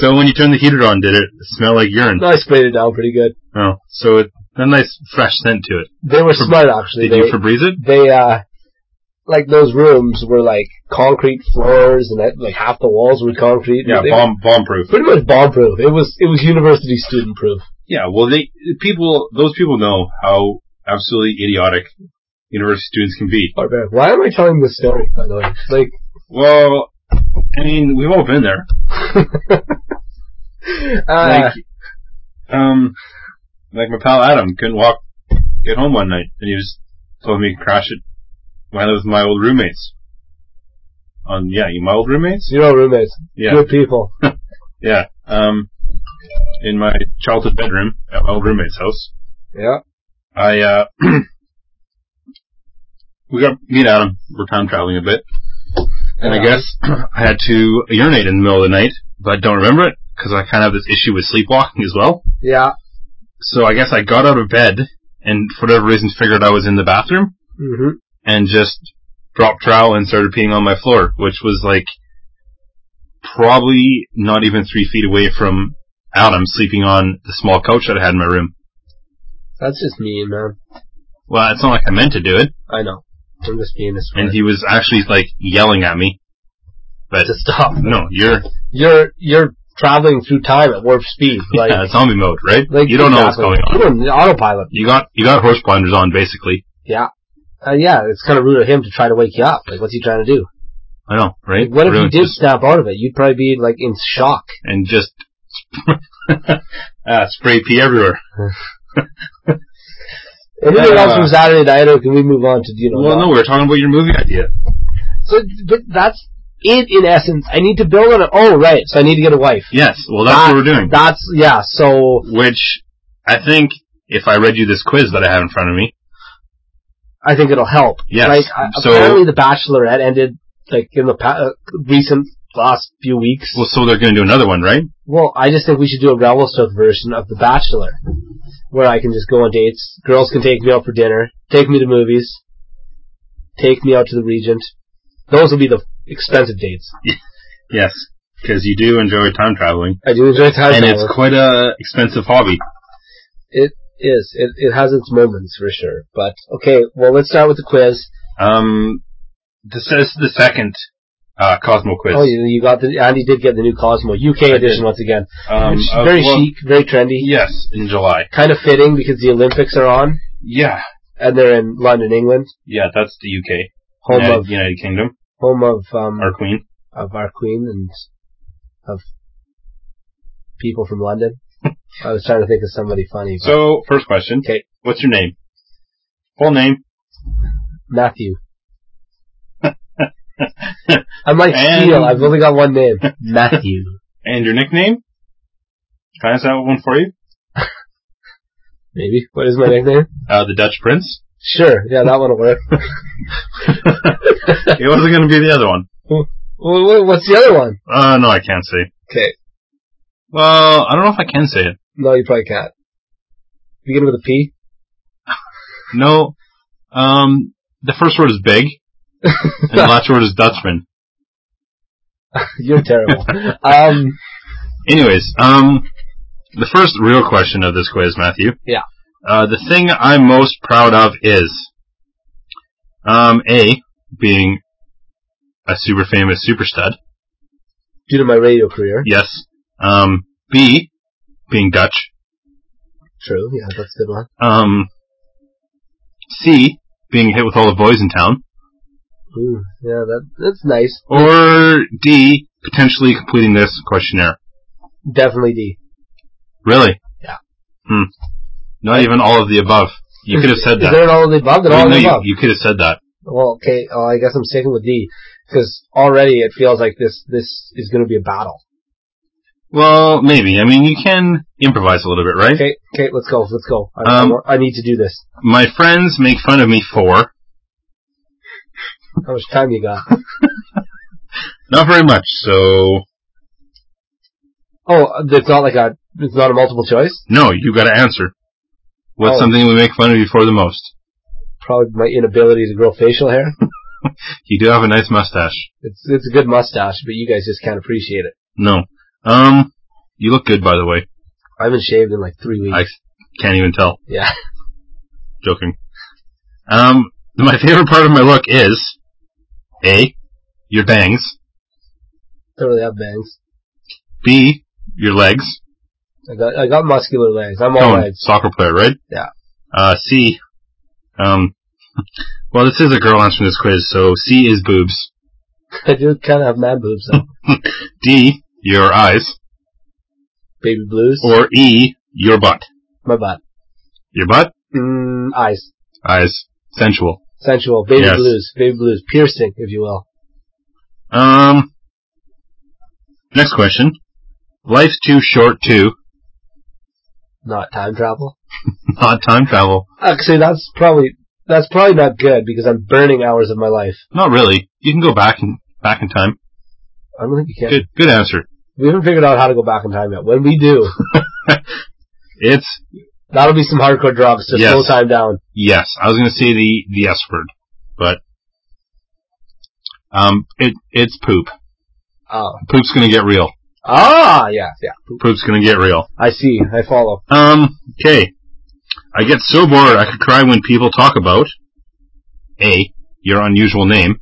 Speaker 1: So when you turned the heater on, did it smell like urine?
Speaker 2: No, I sprayed it down pretty good.
Speaker 1: Oh, so it a nice fresh scent to it.
Speaker 2: They were
Speaker 1: Fab-
Speaker 2: smart actually.
Speaker 1: Did
Speaker 2: They-
Speaker 1: you Febreze it?
Speaker 2: they uh like those rooms were like concrete floors and that, like half the walls were concrete.
Speaker 1: Yeah,
Speaker 2: They were
Speaker 1: bomb bomb proof.
Speaker 2: pretty much bomb proof. It was it was university student proof.
Speaker 1: Yeah, well, they people those people know how absolutely idiotic university students can be.
Speaker 2: Barbaric. Why am I telling this story, by the way? Like
Speaker 1: Well, I mean, we've all been there.
Speaker 2: uh,
Speaker 1: like, um, like my pal Adam couldn't walk get home one night, and he was told me to crash it when I lived with my old roommates. On yeah, you my old roommates?
Speaker 2: you know roommates.
Speaker 1: Yeah,
Speaker 2: Good people.
Speaker 1: yeah. Um, in my childhood bedroom at my old roommate's house,
Speaker 2: Yeah.
Speaker 1: I uh we got me and Adam were time traveling a bit, and I
Speaker 2: Yeah.
Speaker 1: guess I had to urinate in the middle of the night, but I don't remember it because I kind of have this issue with sleepwalking as well.
Speaker 2: Yeah.
Speaker 1: So I guess I got out of bed and for whatever reason figured I was in the bathroom
Speaker 2: Mm-hmm.
Speaker 1: and just dropped trowel and started peeing on my floor, which was like probably not even three feet away from Adam sleeping on the small couch that I had in my room.
Speaker 2: That's just mean, man.
Speaker 1: Well, it's not like I meant to do it.
Speaker 2: I know. I'm just being a
Speaker 1: and
Speaker 2: smart.
Speaker 1: he was actually like yelling at me. But
Speaker 2: to stop.
Speaker 1: no, you're
Speaker 2: You're you're traveling through time at warp speed. Like,
Speaker 1: yeah, zombie mode, right?
Speaker 2: like
Speaker 1: you don't know what's
Speaker 2: exactly.
Speaker 1: going on.
Speaker 2: You don't autopilot.
Speaker 1: You got you got horse blinders on, basically.
Speaker 2: Yeah. Uh, yeah, it's kind of rude of him to try to wake you up. Like, what's he trying to do?
Speaker 1: I know, right?
Speaker 2: Like, what if
Speaker 1: Really
Speaker 2: you did
Speaker 1: just-
Speaker 2: snap out of it? You'd probably be like in shock.
Speaker 1: and just uh, spray pee everywhere?
Speaker 2: Anything
Speaker 1: Yeah.
Speaker 2: else from Saturday night, or can we move on to you know?
Speaker 1: well,
Speaker 2: not-
Speaker 1: no, we were talking about your movie idea.
Speaker 2: So, but that's it in essence. I need to build on it. Oh, right. So I need to get a wife.
Speaker 1: Yes, well, that's what we're doing.
Speaker 2: That's yeah. So
Speaker 1: Which I think if I read you this quiz that I have in front of me,
Speaker 2: I think it'll help.
Speaker 1: yes.
Speaker 2: Like I-
Speaker 1: so
Speaker 2: apparently, The Bachelorette ended like in the pa- uh, recent last few weeks.
Speaker 1: well, so they're going to do another one, right?
Speaker 2: Well, I just think we should do a Revelstoke version of The Bachelor, where I can just go on dates. Girls can take me out for dinner, take me to movies, take me out to the Regent. Those will be the expensive dates.
Speaker 1: Yes, because you do enjoy time traveling,
Speaker 2: I do enjoy time.
Speaker 1: and
Speaker 2: travel.
Speaker 1: it's quite a expensive hobby.
Speaker 2: is. It, it has its moments for sure. But okay, well let's start with the quiz.
Speaker 1: Um, this is the second uh, Cosmo quiz.
Speaker 2: Oh, you, you got the Andy did get the new Cosmo UK
Speaker 1: I
Speaker 2: edition
Speaker 1: did.
Speaker 2: once again,
Speaker 1: um,
Speaker 2: which is
Speaker 1: uh,
Speaker 2: very
Speaker 1: well,
Speaker 2: chic, very trendy.
Speaker 1: Yes, in July.
Speaker 2: Kind of fitting because the Olympics are on
Speaker 1: Yeah,
Speaker 2: and they're in London, England,
Speaker 1: yeah, that's the UK.
Speaker 2: home
Speaker 1: United,
Speaker 2: of
Speaker 1: United Kingdom,
Speaker 2: home of um
Speaker 1: our queen.
Speaker 2: of our queen and of people from London. I was trying to think of somebody funny. But
Speaker 1: So, first question.
Speaker 2: Okay.
Speaker 1: What's your name? Full name.
Speaker 2: Matthew. I'm like
Speaker 1: And-
Speaker 2: Steele. I've only got one name. Matthew.
Speaker 1: And your nickname? Can I have one for you?
Speaker 2: Maybe. What is my nickname?
Speaker 1: Uh, the Dutch Prince.
Speaker 2: Sure. Yeah, that one'll work.
Speaker 1: it wasn't going to be the other one.
Speaker 2: Well, wha- what's the other one?
Speaker 1: Uh, no, I can't say.
Speaker 2: Okay.
Speaker 1: Well, I don't know if I can say it.
Speaker 2: No, you probably can't. Begin with a P.
Speaker 1: No. Um, the first word is big, and the last word is Dutchman.
Speaker 2: You're terrible. um,
Speaker 1: Anyways, um, the first real question of this quiz, Matthew.
Speaker 2: Yeah.
Speaker 1: Uh, the thing I'm most proud of is, um, A, being a super famous super stud.
Speaker 2: due to my radio career.
Speaker 1: Yes. Um, B, being Dutch.
Speaker 2: True. Yeah, that's a good one.
Speaker 1: Um, C, being hit with all the boys in town.
Speaker 2: Ooh, yeah, that that's nice.
Speaker 1: Or D, potentially completing this questionnaire.
Speaker 2: Definitely D.
Speaker 1: Really?
Speaker 2: Yeah.
Speaker 1: Hmm. Not even all of the above. You could have said
Speaker 2: Is
Speaker 1: that.
Speaker 2: there an all of the above? They're
Speaker 1: I
Speaker 2: all
Speaker 1: mean,
Speaker 2: of the
Speaker 1: no,
Speaker 2: above.
Speaker 1: you, you could have said that.
Speaker 2: Well, okay. Well, I guess I'm sticking with D because already it feels like this this is going to be a battle.
Speaker 1: Well, maybe. I mean, you can improvise a little bit, right?
Speaker 2: Okay. Okay. Let's go. Let's go. I,
Speaker 1: Um,
Speaker 2: I'm- I need to do this.
Speaker 1: My friends make fun of me for
Speaker 2: How much time you got?
Speaker 1: not very much. So
Speaker 2: Oh, it's not like a it's not a multiple choice.
Speaker 1: no, you got to answer. What's
Speaker 2: Oh.
Speaker 1: something we make fun of you for the most?
Speaker 2: Probably my inability to grow facial hair.
Speaker 1: You do have a nice mustache.
Speaker 2: It's it's a good mustache, but you guys just can't appreciate it.
Speaker 1: No. Um, you look good, by the way.
Speaker 2: I haven't shaved in like three weeks.
Speaker 1: I can't even tell.
Speaker 2: yeah.
Speaker 1: Joking. Um, my favorite part of my look is a your bangs,
Speaker 2: Don't really have bangs.
Speaker 1: b your legs.
Speaker 2: I got I got muscular legs. I'm all
Speaker 1: Cohen,
Speaker 2: legs.
Speaker 1: soccer player, right?
Speaker 2: Yeah.
Speaker 1: Uh, C. Um. Well, this is a girl answering this quiz, so C is boobs.
Speaker 2: I do kind of have man boobs though.
Speaker 1: D, your eyes,
Speaker 2: Baby blues.
Speaker 1: or E, your butt.
Speaker 2: my butt.
Speaker 1: Your butt,
Speaker 2: Mm, eyes.
Speaker 1: eyes, sensual.
Speaker 2: Sensual. Baby
Speaker 1: Yes.
Speaker 2: blues. Baby blues. Piercing, if you will.
Speaker 1: Um. Next question. Life's too short to
Speaker 2: not time travel.
Speaker 1: Not time travel.
Speaker 2: Actually, that's probably that's probably not good because I'm burning hours of my life.
Speaker 1: Not really. You can go back in back in time.
Speaker 2: I don't think you can.
Speaker 1: Good good answer.
Speaker 2: We haven't figured out how to go back in time yet. When we do,
Speaker 1: It's
Speaker 2: that'll be some hardcore drugs to
Speaker 1: Yes.
Speaker 2: slow time down.
Speaker 1: yes. I was gonna say the the S word, but um, it it's poop.
Speaker 2: Oh,
Speaker 1: Poop's gonna get real.
Speaker 2: ah, yeah, yeah.
Speaker 1: Poop's gonna get real.
Speaker 2: I see. I follow.
Speaker 1: Um, okay. I get so bored I could cry when people talk about A, your unusual name.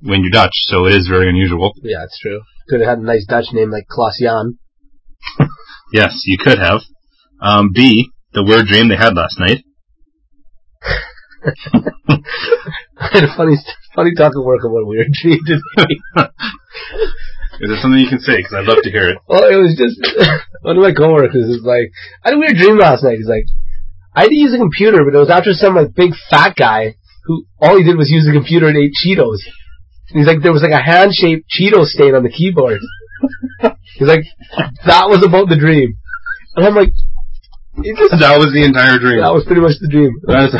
Speaker 1: When you're Dutch, so it is very unusual.
Speaker 2: Yeah, it's true. Could have had a nice Dutch name like Klaus Jan.
Speaker 1: Yes, you could have. Um, B, the weird dream they had last night.
Speaker 2: I had a funny, funny talk at work about a weird dream today.
Speaker 1: Is there something you can say? Because I'd love to hear it.
Speaker 2: Well, oh, it was just one of my coworkers is like, I had a weird dream last night. He's like, I had to use a computer, but it was after some like big fat guy who all he did was use a computer and ate Cheetos. And he's like, there was like a hand shaped Cheeto stain on the keyboard. he's like, that was about the dream, and I'm like, it just
Speaker 1: That was the entire dream.
Speaker 2: that was pretty much the dream.
Speaker 1: That's,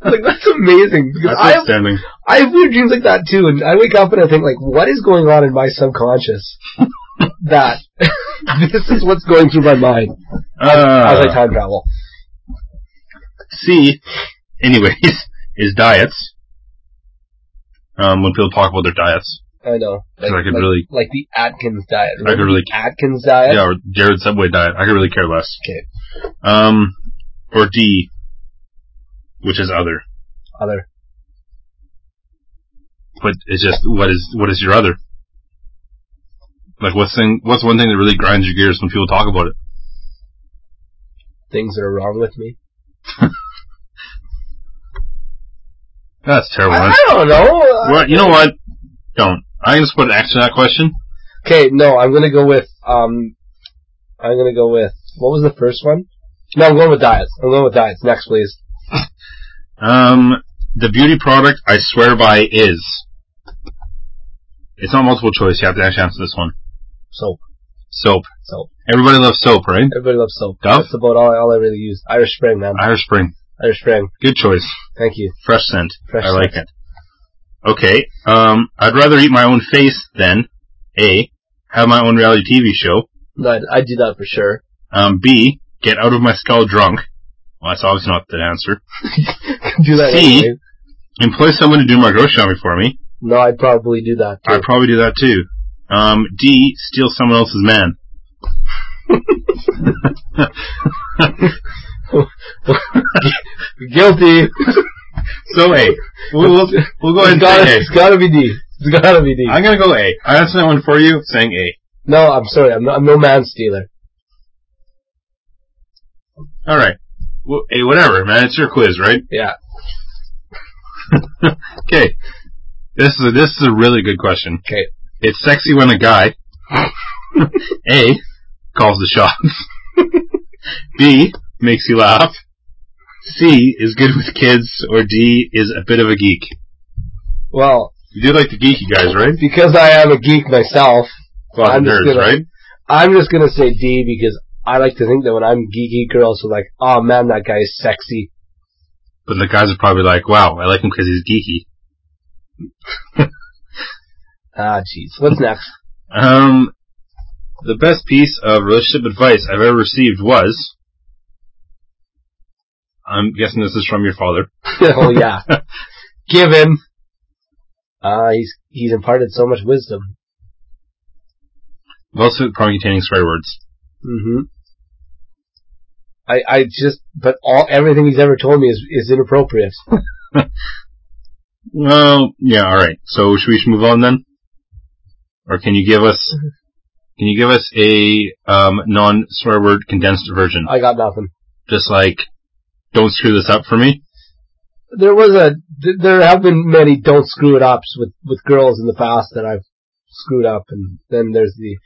Speaker 2: like that's amazing because
Speaker 1: that's
Speaker 2: I have,
Speaker 1: outstanding.
Speaker 2: I have weird dreams like that too, and I wake up and I think like, what is going on in my subconscious? that this is what's going through my mind as I
Speaker 1: Uh,
Speaker 2: time travel.
Speaker 1: C, anyways, is diets. Um, when people talk about their diets.
Speaker 2: I know,
Speaker 1: So I could
Speaker 2: like,
Speaker 1: really-
Speaker 2: like the Atkins diet.
Speaker 1: I could
Speaker 2: Remember
Speaker 1: really-
Speaker 2: the Atkins diet.
Speaker 1: Yeah, or Jared Subway diet. I could really care less.
Speaker 2: Okay,
Speaker 1: Um, or D, which is other.
Speaker 2: other.
Speaker 1: But it's just what is what is your other? Like what's thing? What's one thing that really grinds your gears when people talk about it?
Speaker 2: Things that are wrong with me.
Speaker 1: That's terrible.
Speaker 2: I,
Speaker 1: man.
Speaker 2: I don't know. Uh,
Speaker 1: Well, you know what? Don't. I can just put an X to that question.
Speaker 2: Okay, no, I'm gonna go with um, I'm gonna go with what was the first one? No, I'm going with diets. I'm going with diets. Next, please.
Speaker 1: Um, the beauty product I swear by is. It's not multiple choice. You have to actually answer this one.
Speaker 2: Soap,
Speaker 1: Soap.
Speaker 2: soap.
Speaker 1: Everybody loves soap, right?
Speaker 2: Everybody loves soap.
Speaker 1: Dove?
Speaker 2: That's about all, all I really use. Irish Spring, man.
Speaker 1: Irish Spring.
Speaker 2: Irish Spring.
Speaker 1: Good choice.
Speaker 2: Thank you.
Speaker 1: Fresh scent.
Speaker 2: Fresh
Speaker 1: I like it. Okay. Um, I'd rather eat my own face than A. Have my own reality TV show.
Speaker 2: No, I'd, I'd do that for sure.
Speaker 1: Um, B. Get out of my skull drunk. Well, that's obviously not the answer.
Speaker 2: do that
Speaker 1: See?
Speaker 2: anyway.
Speaker 1: Employ someone to do my grocery shopping for me.
Speaker 2: No, I'd probably do that too.
Speaker 1: I'd probably do that too. Um, D. Steal someone else's man.
Speaker 2: Guilty.
Speaker 1: So A. We'll, we'll, we'll go ahead and
Speaker 2: It's gotta,
Speaker 1: say
Speaker 2: it's gotta be D. It's gotta be D.
Speaker 1: A. I'm gonna go A. I answered that one for you, saying A.
Speaker 2: no, I'm sorry. I'm, not, I'm no man stealer.
Speaker 1: Alright. Well, A, whatever, man. It's your quiz, right?
Speaker 2: Yeah.
Speaker 1: Okay. This is a, this is a really good question.
Speaker 2: 'Kay.
Speaker 1: It's sexy when a guy A calls the shots. B makes you laugh. C is good with kids, or D is a bit of a geek.
Speaker 2: Well,
Speaker 1: You do like the geeky guys, right?
Speaker 2: because I am a geek myself,
Speaker 1: Well,
Speaker 2: I'm
Speaker 1: the
Speaker 2: just
Speaker 1: nerds,
Speaker 2: gonna-
Speaker 1: right?
Speaker 2: I'm just gonna say D because I like to think that when I'm geeky, girls are like, "Oh man, that guy is sexy."
Speaker 1: But the guys are probably like, "Wow, I like him because he's geeky."
Speaker 2: Ah, jeez. What's next?
Speaker 1: Um, the best piece of relationship advice I've ever received was. I'm guessing this is from your father.
Speaker 2: oh yeah. Give him. Ah, he's he's imparted so much wisdom.
Speaker 1: Also, probably containing swear words.
Speaker 2: hmm I I just but all everything he's ever told me is is inappropriate.
Speaker 1: Well, yeah, all right. So should we move on then, or can you give us can you give us a um, non swear word condensed version?
Speaker 2: I got nothing.
Speaker 1: Just like, don't screw this up for me.
Speaker 2: There was a th- there have been many don't screw it ups with with girls in the past that I've screwed up, and then there's the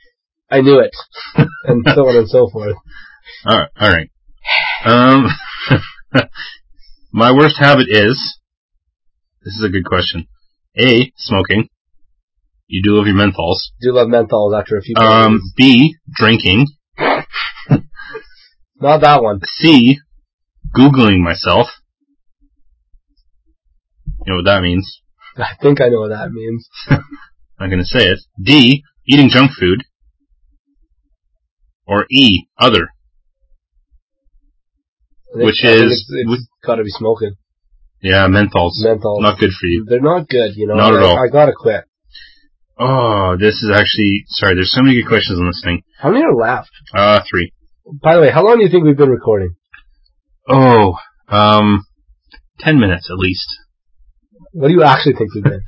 Speaker 2: I knew it, and so on and so forth.
Speaker 1: All right, all right. Um, my worst habit is. This is a good question. A smoking. You do love your menthols.
Speaker 2: Do love menthols after a few.
Speaker 1: Um,
Speaker 2: days.
Speaker 1: B drinking.
Speaker 2: Not that one.
Speaker 1: C, Googling myself. You know what that means.
Speaker 2: I think I know what that means.
Speaker 1: I'm not gonna say it. D, eating junk food. Or E, other.
Speaker 2: I think-
Speaker 1: Which
Speaker 2: I think
Speaker 1: is-
Speaker 2: it's, it's
Speaker 1: which-
Speaker 2: gotta be smoking
Speaker 1: Yeah, menthols.
Speaker 2: menthol.
Speaker 1: Not good for you.
Speaker 2: They're not good, you know.
Speaker 1: Not at
Speaker 2: I-
Speaker 1: all.
Speaker 2: I gotta quit.
Speaker 1: Oh, this is actually, sorry, there's so many good questions on this thing.
Speaker 2: How many are left?
Speaker 1: Uh, three.
Speaker 2: By the way, how long do you think we've been recording?
Speaker 1: Oh, um, ten minutes at least.
Speaker 2: What do you actually think we've been?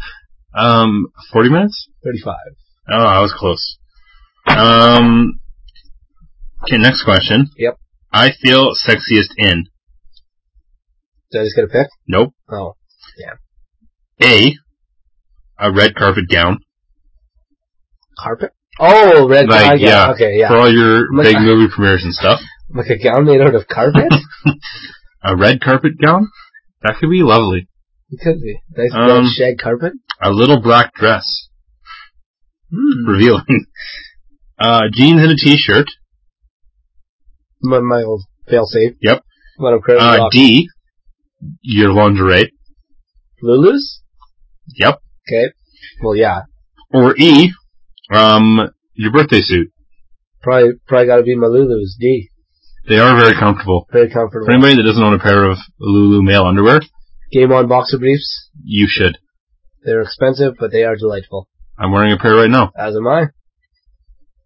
Speaker 1: Um, forty minutes?
Speaker 2: Thirty-five.
Speaker 1: Oh, I was close. Um, okay, next question.
Speaker 2: Yep.
Speaker 1: I feel sexiest in.
Speaker 2: Did I just get a pick?
Speaker 1: Nope.
Speaker 2: Oh,
Speaker 1: A, a red carpet gown.
Speaker 2: carpet. Oh, red.
Speaker 1: Like,
Speaker 2: I got it.
Speaker 1: yeah.
Speaker 2: Okay, yeah.
Speaker 1: For all your
Speaker 2: Like-
Speaker 1: big movie premieres and stuff.
Speaker 2: Like a gown made out of carpet.
Speaker 1: A red carpet gown? That could be lovely.
Speaker 2: it could be nice
Speaker 1: Um,
Speaker 2: brown shag carpet.
Speaker 1: A little black dress.
Speaker 2: Hmm.
Speaker 1: Revealing. Uh, jeans and a t-shirt.
Speaker 2: My, my old fail safe.
Speaker 1: Yep.
Speaker 2: What I'm currently
Speaker 1: Uh,
Speaker 2: rocking.
Speaker 1: D, your lingerie.
Speaker 2: Lulu's.
Speaker 1: Yep.
Speaker 2: Okay. Well, yeah.
Speaker 1: Or E, um, your birthday suit.
Speaker 2: Probably, probably got to be my Lulu's. D.
Speaker 1: They are very comfortable.
Speaker 2: Very comfortable.
Speaker 1: For anybody that doesn't own a pair of Lulu male underwear,
Speaker 2: Game on boxer briefs.
Speaker 1: you should.
Speaker 2: They're expensive, but they are delightful.
Speaker 1: I'm wearing a pair right now,
Speaker 2: As am I.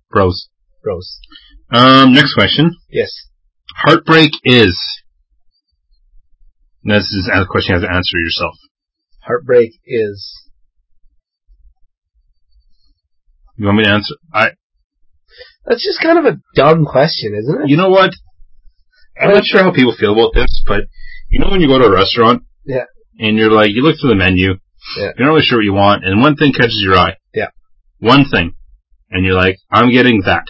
Speaker 1: bros.
Speaker 2: Rose.
Speaker 1: Um, next question.
Speaker 2: Yes.
Speaker 1: Heartbreak is. And This is a question you have to answer yourself.
Speaker 2: Heartbreak is.
Speaker 1: You want me to answer? I.
Speaker 2: That's just kind of a dumb question, isn't it?
Speaker 1: You know what? I'm not sure how people feel about this, but you know when you go to a restaurant,
Speaker 2: Yeah.
Speaker 1: and you're like, you look through the menu,
Speaker 2: Yeah.
Speaker 1: you're not really sure what you want, and one thing catches your eye,
Speaker 2: Yeah.
Speaker 1: one thing, and you're like, I'm getting that.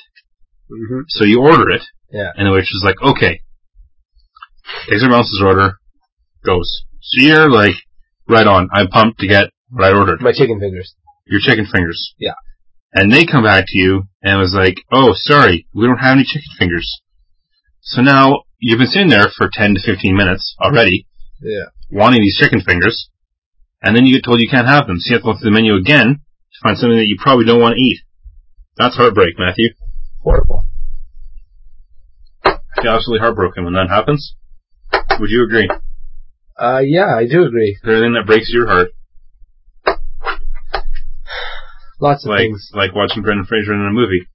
Speaker 2: Mm-hmm.
Speaker 1: So you order it.
Speaker 2: Yeah.
Speaker 1: And the waitress is like, okay. Takes everyone else's order, goes. So you're like, right on. I'm pumped to get what I ordered.
Speaker 2: My chicken fingers.
Speaker 1: Your chicken fingers.
Speaker 2: Yeah.
Speaker 1: And they come back to you and was like, oh, sorry, we don't have any chicken fingers. So now you've been sitting there for 10 to 15 minutes already,
Speaker 2: Yeah.
Speaker 1: wanting these chicken fingers, and then you get told you can't have them. So you have to go through the menu again to find something that you probably don't want to eat. That's heartbreak, Matthew.
Speaker 2: Horrible.
Speaker 1: I feel absolutely heartbroken when that happens. Would you agree? Is
Speaker 2: Uh, yeah, I do agree.
Speaker 1: there anything that breaks your heart?
Speaker 2: Lots of
Speaker 1: Like
Speaker 2: things.
Speaker 1: like watching Brendan Fraser in a movie.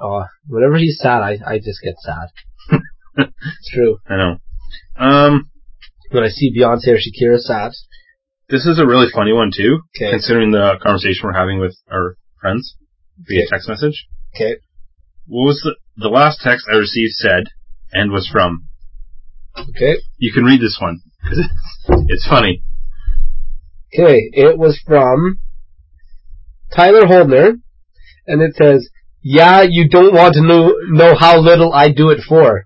Speaker 2: Uh, whenever he's sad, I, I just get sad. it's true.
Speaker 1: I know. Um,
Speaker 2: When I see Beyonce or Shakira sad,
Speaker 1: this is a really funny one too,
Speaker 2: okay,
Speaker 1: considering the conversation we're having with our friends via text message.
Speaker 2: okay,
Speaker 1: What was the the last text I received said and was from?
Speaker 2: okay,
Speaker 1: You can read this one 'cause it's, it's funny.
Speaker 2: okay. It was from Tyler Holdner, and it says, "Yeah, you don't want to know know how little I do it for."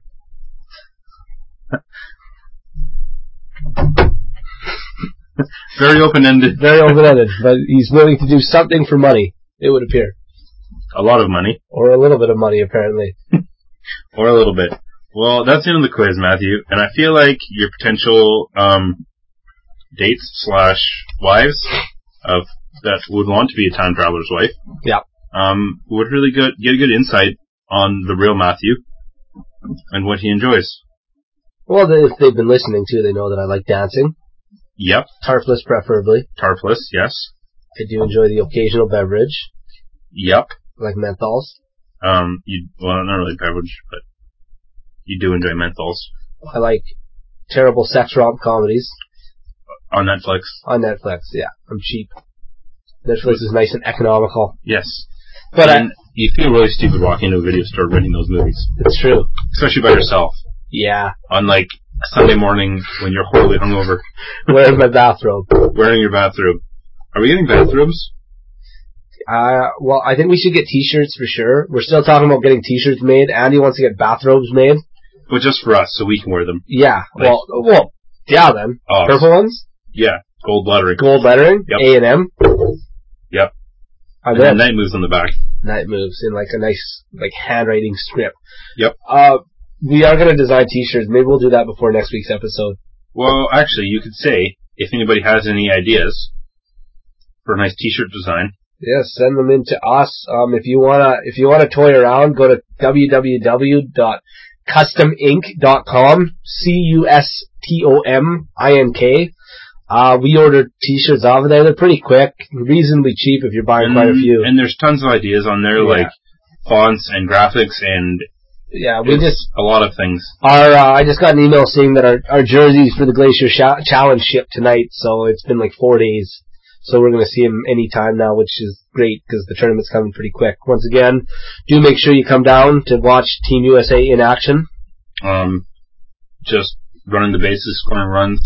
Speaker 1: Very open ended.
Speaker 2: Very open ended, but he's willing to do something for money. It would appear,
Speaker 1: A lot of money,
Speaker 2: or a little bit of money, apparently.
Speaker 1: or a little bit. Well, that's the end of the quiz, Matthew. And I feel like your potential um, dates slash wives of that would want to be a time traveler's wife.
Speaker 2: Yeah.
Speaker 1: Um, would really good get a good insight on the real Matthew and what he enjoys.
Speaker 2: Well, they- if they've been listening too, they know that I like dancing,
Speaker 1: Yep,
Speaker 2: tarpless preferably.
Speaker 1: tarpless. Yes.
Speaker 2: I do enjoy the occasional beverage,
Speaker 1: Yep.
Speaker 2: like menthols.
Speaker 1: Um, you well, not really beverage, but you do enjoy menthols
Speaker 2: I like terrible sex rom comedies
Speaker 1: on Netflix.
Speaker 2: on Netflix. Yeah, I'm cheap. Netflix is nice and economical,
Speaker 1: Yes.
Speaker 2: but I,
Speaker 1: and you feel really stupid walking into a video store renting those movies,
Speaker 2: it's true.
Speaker 1: especially by yourself.
Speaker 2: Yeah,
Speaker 1: on like Sunday morning when you're horribly hungover,
Speaker 2: wearing my bathrobe.
Speaker 1: wearing your bathrobe. Are we getting bathrobes?
Speaker 2: Uh, well, I think we should get T-shirts for sure. We're still talking about getting T-shirts made. Andy wants to get bathrobes made.
Speaker 1: But just for us, so we can wear them.
Speaker 2: Yeah, well, well, yeah. Then
Speaker 1: Oh,
Speaker 2: purple ones,
Speaker 1: yeah, gold lettering.
Speaker 2: gold lettering,
Speaker 1: Yep.
Speaker 2: A and M.
Speaker 1: Yep.
Speaker 2: I'm
Speaker 1: And then
Speaker 2: in.
Speaker 1: night moves on the back.
Speaker 2: Night moves in like a nice like handwriting script.
Speaker 1: Yep.
Speaker 2: Uh, we are going to design T-shirts. Maybe we'll do that before next week's episode.
Speaker 1: Well, actually, you could say if anybody has any ideas for a nice T-shirt design.
Speaker 2: Yes, send them in to us. Um, if you wanna, if you wanna toy around, go to www.custominc.com. C U S T O M I N K. Uh, we order T-shirts off of there. They're pretty quick, reasonably cheap if you're buying
Speaker 1: and,
Speaker 2: quite a few.
Speaker 1: and there's tons of ideas on there,
Speaker 2: Yeah.
Speaker 1: like fonts and graphics and
Speaker 2: yeah, we
Speaker 1: it's
Speaker 2: just
Speaker 1: a lot of things.
Speaker 2: Our uh, I just got an email saying that our, our jerseys for the Glacier Sha Challenge ship tonight, so it's been like four days. So we're going to see him anytime now, which is great because the tournament's coming pretty quick. Once again, do make sure you come down to watch Team USA in action.
Speaker 1: Um, just running the bases, scoring runs.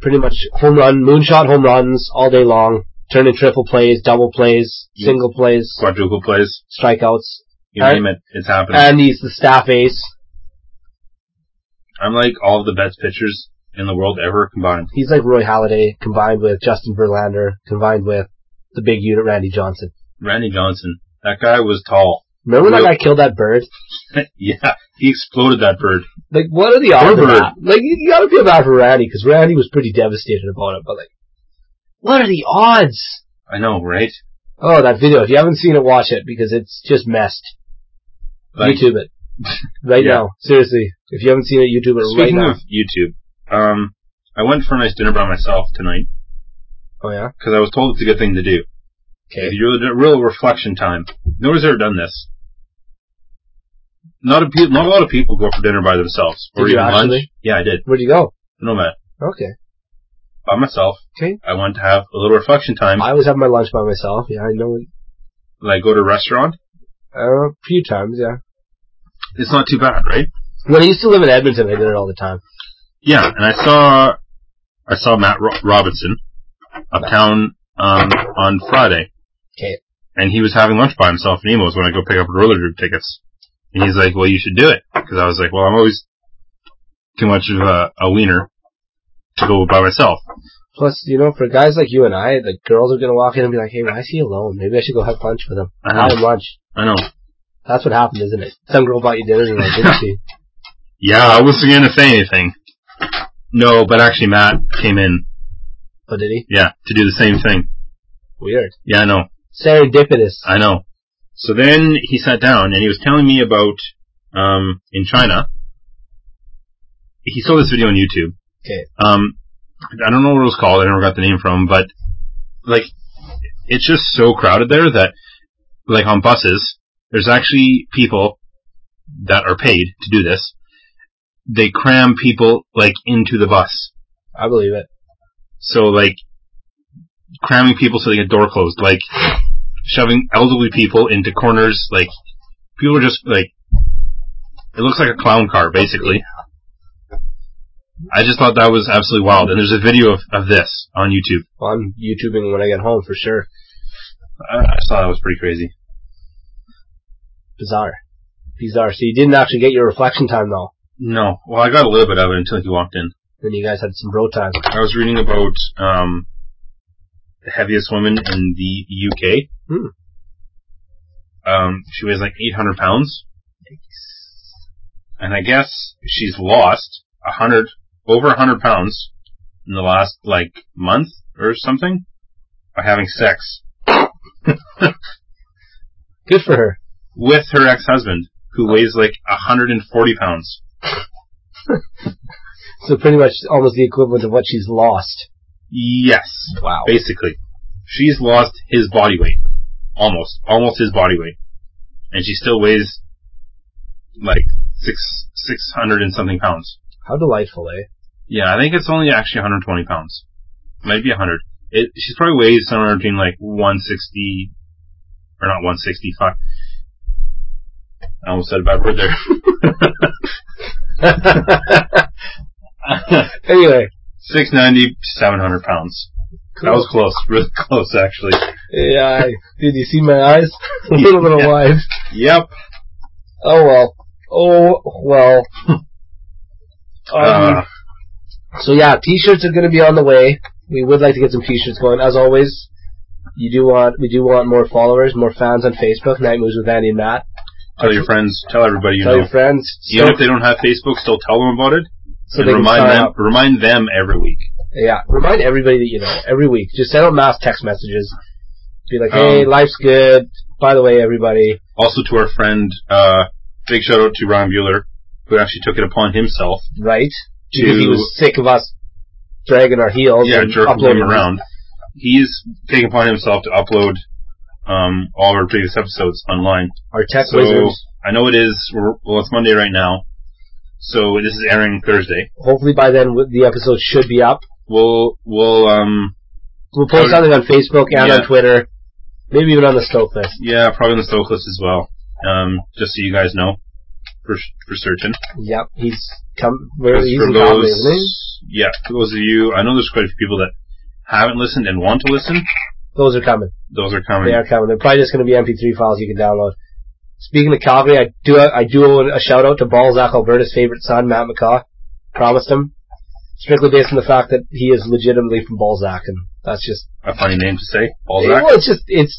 Speaker 2: Pretty much home run, moonshot home runs all day long, turning triple plays, double plays,
Speaker 1: Yeah.
Speaker 2: single plays,
Speaker 1: quadruple plays.
Speaker 2: strikeouts.
Speaker 1: You
Speaker 2: And-
Speaker 1: name it, it's happening.
Speaker 2: And he's the staff ace.
Speaker 1: I'm like all of the best pitchers in the world ever combined.
Speaker 2: He's like Roy Halladay combined with Justin Verlander combined with the big unit Randy Johnson.
Speaker 1: Randy Johnson, that guy was tall.
Speaker 2: Remember that
Speaker 1: Real-
Speaker 2: guy killed that bird?
Speaker 1: yeah, he exploded that bird.
Speaker 2: Like, what are the odds
Speaker 1: Poor
Speaker 2: of
Speaker 1: bird.
Speaker 2: that? Like, you, you gotta feel bad for Randy, because Randy was pretty devastated about it, but like, what are the odds?
Speaker 1: I know, right?
Speaker 2: Oh, that video. If you haven't seen it, watch it, because it's just messed.
Speaker 1: Like,
Speaker 2: YouTube it. Right
Speaker 1: Yeah.
Speaker 2: now. Seriously. If you haven't seen it, YouTube it right
Speaker 1: Speaking
Speaker 2: now.
Speaker 1: of YouTube, um, I went for a nice dinner by myself tonight
Speaker 2: oh yeah?
Speaker 1: because I was told it's a good thing to do.
Speaker 2: Okay.
Speaker 1: You're the real reflection time. No one's ever done this. Not a pe- not a lot of people go for dinner by themselves or
Speaker 2: Did you
Speaker 1: even lunch.
Speaker 2: actually?
Speaker 1: Yeah, I did.
Speaker 2: Where'd you go?
Speaker 1: No man,
Speaker 2: Okay.
Speaker 1: by myself.
Speaker 2: Okay.
Speaker 1: I wanted to have a little reflection time.
Speaker 2: I always have my lunch by myself. Yeah, I know. it.
Speaker 1: Like go to a restaurant.
Speaker 2: Uh, a few times, yeah.
Speaker 1: It's not too bad, right?
Speaker 2: When I used to live in Edmonton, I did it all the time.
Speaker 1: Yeah, and I saw I saw Matt Ro- Robinson uptown um, on Friday.
Speaker 2: 'Kay.
Speaker 1: And he was having lunch by himself in Emo's when I go pick up roller group tickets. And he's like, "Well, you should do it," because I was like, "Well, I'm always too much of a, a wiener to go by myself."
Speaker 2: Plus, you know, for guys like you and I, the girls are gonna walk in and be like, hey, why is he alone? Maybe I should go have lunch with him.
Speaker 1: I
Speaker 2: Have him
Speaker 1: know.
Speaker 2: lunch.
Speaker 1: I know.
Speaker 2: That's what happened, isn't it? Some girl bought you dinner and like, didn't she?
Speaker 1: Yeah, I wasn't gonna say anything. No, but actually, Matt came in,
Speaker 2: Oh, did he?
Speaker 1: yeah, to do the same thing.
Speaker 2: Weird.
Speaker 1: Yeah, I know.
Speaker 2: Serendipitous.
Speaker 1: I know. So then he sat down and he was telling me about um, in China. He saw this video on YouTube.
Speaker 2: 'Kay.
Speaker 1: Um, I don't know what it was called. I never got the name from, but like, it's just so crowded there that, like, on buses, there's actually people that are paid to do this. They cram people like into the bus.
Speaker 2: I believe it.
Speaker 1: So like cramming people so they get door closed, like shoving elderly people into corners, like people are just like it looks like a clown car basically. I just thought that was absolutely wild. And there's a video of, of this on YouTube.
Speaker 2: Well, I'm YouTubing when I get home for sure.
Speaker 1: I, I just thought that was pretty crazy.
Speaker 2: Bizarre. Bizarre. So you didn't actually get your reflection time though.
Speaker 1: No, well, I got a little bit of it until he walked in.
Speaker 2: Then you guys had some bro time.
Speaker 1: I was reading about um, the heaviest woman in the UK.
Speaker 2: Hmm.
Speaker 1: Um, she weighs like 800 pounds. And I guess she's lost a hundred, over a hundred pounds in the last like month or something by having sex
Speaker 2: Good for her.
Speaker 1: with her ex-husband who weighs like 140 pounds.
Speaker 2: So pretty much almost the equivalent of what she's lost.
Speaker 1: Yes,
Speaker 2: Wow.
Speaker 1: basically. She's lost his body weight. Almost. Almost his body weight. And she still weighs like six, 600 and something pounds.
Speaker 2: How delightful, eh?
Speaker 1: Yeah, I think it's only actually 120 pounds. Might be 100. It, she's probably weighs somewhere between like 160, or not 165. I almost said a bad word there.
Speaker 2: anyway,
Speaker 1: 690, 700 pounds. That was close, really close actually.
Speaker 2: Yeah, I- did you see my eyes? a little bit
Speaker 1: Yeah.
Speaker 2: wide.
Speaker 1: Yep.
Speaker 2: Oh well. Oh well. Um,
Speaker 1: Uh,
Speaker 2: So yeah, t-shirts are going to be on the way. We would like to get some t-shirts going. As always, you do want we do want more followers, more fans on Facebook. Night moves with Andy and Matt.
Speaker 1: Tell your friends. Tell everybody you
Speaker 2: Tell
Speaker 1: know.
Speaker 2: your friends. So,
Speaker 1: Even if they don't have Facebook, still tell them about it.
Speaker 2: so
Speaker 1: and
Speaker 2: they can
Speaker 1: remind
Speaker 2: sign
Speaker 1: them.
Speaker 2: up.
Speaker 1: Remind them every week.
Speaker 2: Yeah, remind everybody that you know every week. Just send out mass text messages. Be like, hey,
Speaker 1: Um,
Speaker 2: life's good. By the way, everybody.
Speaker 1: Also to our friend, uh, big shout out to Ron Bueller, who actually took it upon himself.
Speaker 2: right? Because he
Speaker 1: to-
Speaker 2: was sick of us dragging our heels
Speaker 1: yeah,
Speaker 2: and
Speaker 1: jerking
Speaker 2: uploading
Speaker 1: him around. He's taken upon himself to upload um, all of our previous episodes online.
Speaker 2: our tech
Speaker 1: So-
Speaker 2: wizards.
Speaker 1: I know it is. We're, well, it's Monday right now, so this is airing Thursday.
Speaker 2: Hopefully by then w- the episode should be up.
Speaker 1: We'll we'll um
Speaker 2: We'll post
Speaker 1: Okay.
Speaker 2: something on Facebook and
Speaker 1: Yeah.
Speaker 2: on Twitter, maybe even on the Stoke list.
Speaker 1: yeah probably on the Stoke list as well. Um, just so you guys know for for certain.
Speaker 2: Yep, he's come. Where,
Speaker 1: 'Cause
Speaker 2: he's
Speaker 1: for
Speaker 2: in Calgary, isn't he?
Speaker 1: those yeah for those of you, I know there's quite a few people that haven't listened and want to listen.
Speaker 2: Those are coming.
Speaker 1: Those are coming.
Speaker 2: They are coming. They're probably just going to be MP3 files you can download. Speaking of Calgary, I do I do owe a shout out to Balzac Alberta's favorite son, Matt McCaw. Promised him, strictly based on the fact that he is legitimately from Balzac, and that's just
Speaker 1: A funny name to say. All
Speaker 2: It- Well, it's just it's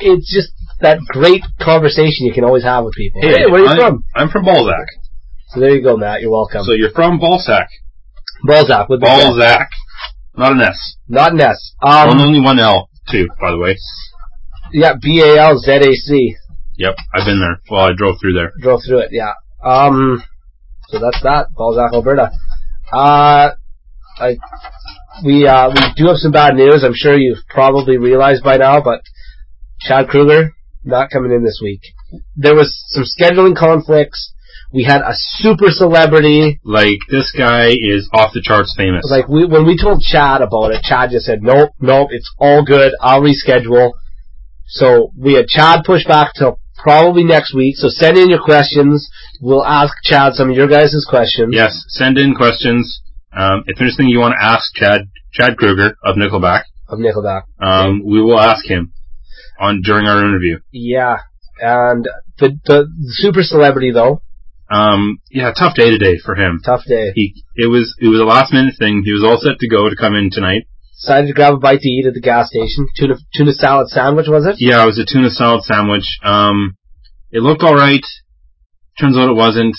Speaker 2: it's just that great conversation you can always have with people. Hey,
Speaker 1: Hey,
Speaker 2: where are you
Speaker 1: I'm-
Speaker 2: from?
Speaker 1: I'm from Balzac.
Speaker 2: So there you go, Matt. You're welcome.
Speaker 1: So you're from Balzac.
Speaker 2: Balzac with the Z.
Speaker 1: Balzac. Not an S.
Speaker 2: not an S.
Speaker 1: Well,
Speaker 2: Um,
Speaker 1: only one L, too, by the way.
Speaker 2: yeah, B A L Z A C.
Speaker 1: Yep, I've been there. Well, I drove through there.
Speaker 2: Drove through it. Yeah. Um, so that's that. Balzac, Alberta. Uh, I we uh we do have some bad news. I'm sure you've probably realized by now, but Chad Kruger not coming in this week. There was some scheduling conflicts. We had a super celebrity
Speaker 1: Like, this guy is off the charts famous.
Speaker 2: Like we, when we told Chad about it, Chad just said, "Nope, nope, it's all good. I'll reschedule." So we had Chad push back till probably next week. So send in your questions. We'll ask Chad some of your guys' questions.
Speaker 1: yes, send in questions. Um, if there's anything you want to ask Chad, Chad Kruger of Nickelback,
Speaker 2: Of Nickelback.
Speaker 1: um, we will ask him on during our interview.
Speaker 2: Yeah, and the the super celebrity though,
Speaker 1: Um, yeah, tough day today for him.
Speaker 2: tough day.
Speaker 1: He, it was, it was a last minute thing. He was all set to go to come in tonight.
Speaker 2: Decided to grab a bite to eat at the gas station. Tuna tuna salad sandwich was it?
Speaker 1: Yeah, it was a tuna salad sandwich. Um, it looked all right. Turns out it wasn't.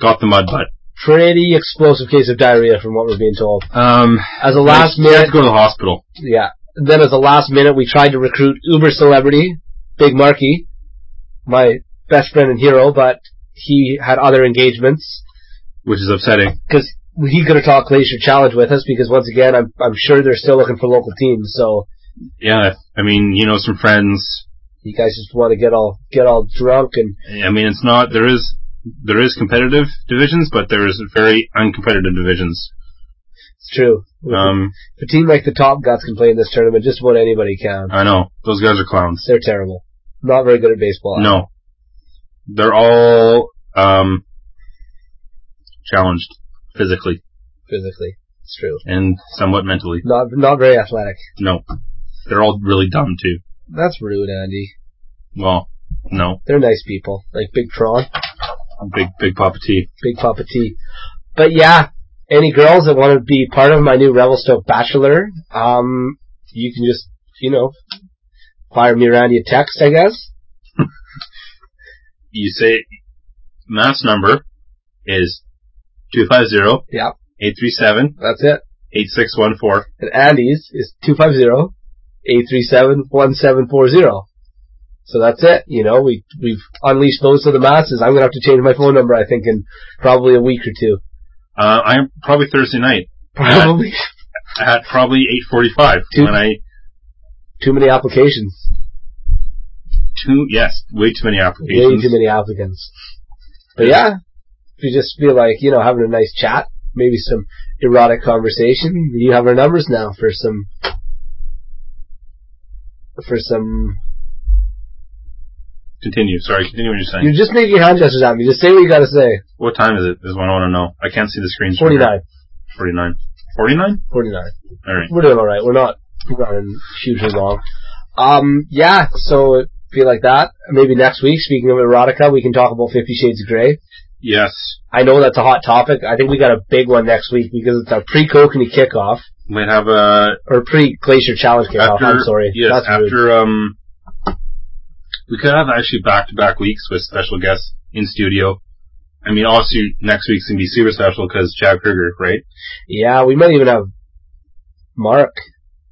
Speaker 1: Got the mud butt.
Speaker 2: Pretty explosive case of diarrhea from what we're being told.
Speaker 1: Um,
Speaker 2: As a last
Speaker 1: I had
Speaker 2: minute
Speaker 1: to go to the hospital.
Speaker 2: Yeah. Then at the last minute, we tried to recruit uber celebrity Big Marky, my best friend and hero, but he had other engagements
Speaker 1: Which is upsetting.
Speaker 2: because he could have talked Glacier Challenge with us. Because once again, I'm I'm sure they're still looking for local teams, so
Speaker 1: Yeah, I mean, you know, some friends.
Speaker 2: you guys just want to get all get all drunk and
Speaker 1: I mean, it's not there is there is competitive divisions, but there is very uncompetitive divisions.
Speaker 2: it's true.
Speaker 1: Um,
Speaker 2: a team like the Top Guts can play in this tournament. Just about anybody can.
Speaker 1: I know those guys are clowns.
Speaker 2: They're terrible. Not very good at baseball.
Speaker 1: No, they're all um challenged physically
Speaker 2: physically, it's true.
Speaker 1: and somewhat mentally.
Speaker 2: Not not very athletic.
Speaker 1: No, they're all really dumb too.
Speaker 2: That's rude, Andy.
Speaker 1: Well, no,
Speaker 2: They're nice people, like Big Tron.
Speaker 1: big big Papa T.
Speaker 2: Big Papa T. But yeah, any girls that want to be part of my new Revelstoke Bachelor, um, you can just, you know, fire me around your text, I guess.
Speaker 1: You say mass number is two five zero
Speaker 2: Yeah,
Speaker 1: eight three seven.
Speaker 2: that's it.
Speaker 1: 8614.
Speaker 2: And Andy's is 250-837-1740. So that's it. You know, we, we've unleashed those to the masses. I'm going to have to change my phone number, I think, in probably a week or two.
Speaker 1: Uh, I'm probably Thursday night
Speaker 2: Probably.
Speaker 1: at probably 8:45
Speaker 2: Two-
Speaker 1: when I
Speaker 2: too many applications.
Speaker 1: two yes way too many
Speaker 2: Way
Speaker 1: applications.
Speaker 2: too many applicants. But yeah, if you just feel like, you know, having a nice chat, maybe some erotic conversation, you have our numbers now for some, for some,
Speaker 1: Continue. Sorry, continue what you're saying.
Speaker 2: you just make your hand gestures at me, just say what you gotta say.
Speaker 1: what time is it? Is what I want to know. I can't see the screen.
Speaker 2: 49,
Speaker 1: 49. 49.
Speaker 2: 49.
Speaker 1: All right.
Speaker 2: We're doing alright, we're not running hugely long. Um, yeah, so it'd be like that. Maybe next week, speaking of erotica, we can talk about Fifty Shades of Grey.
Speaker 1: Yes.
Speaker 2: I know that's a hot topic. I think we got a big one next week because it's our pre-Kokanee kickoff.
Speaker 1: Might have a
Speaker 2: or pre Glacier Challenge kickoff.
Speaker 1: after
Speaker 2: I'm sorry.
Speaker 1: yes
Speaker 2: That's rude.
Speaker 1: after um We could have actually back to back weeks with special guests in studio. I mean, obviously next week's gonna be super special because Chad Kruger, right?
Speaker 2: Yeah, we might even have Mark.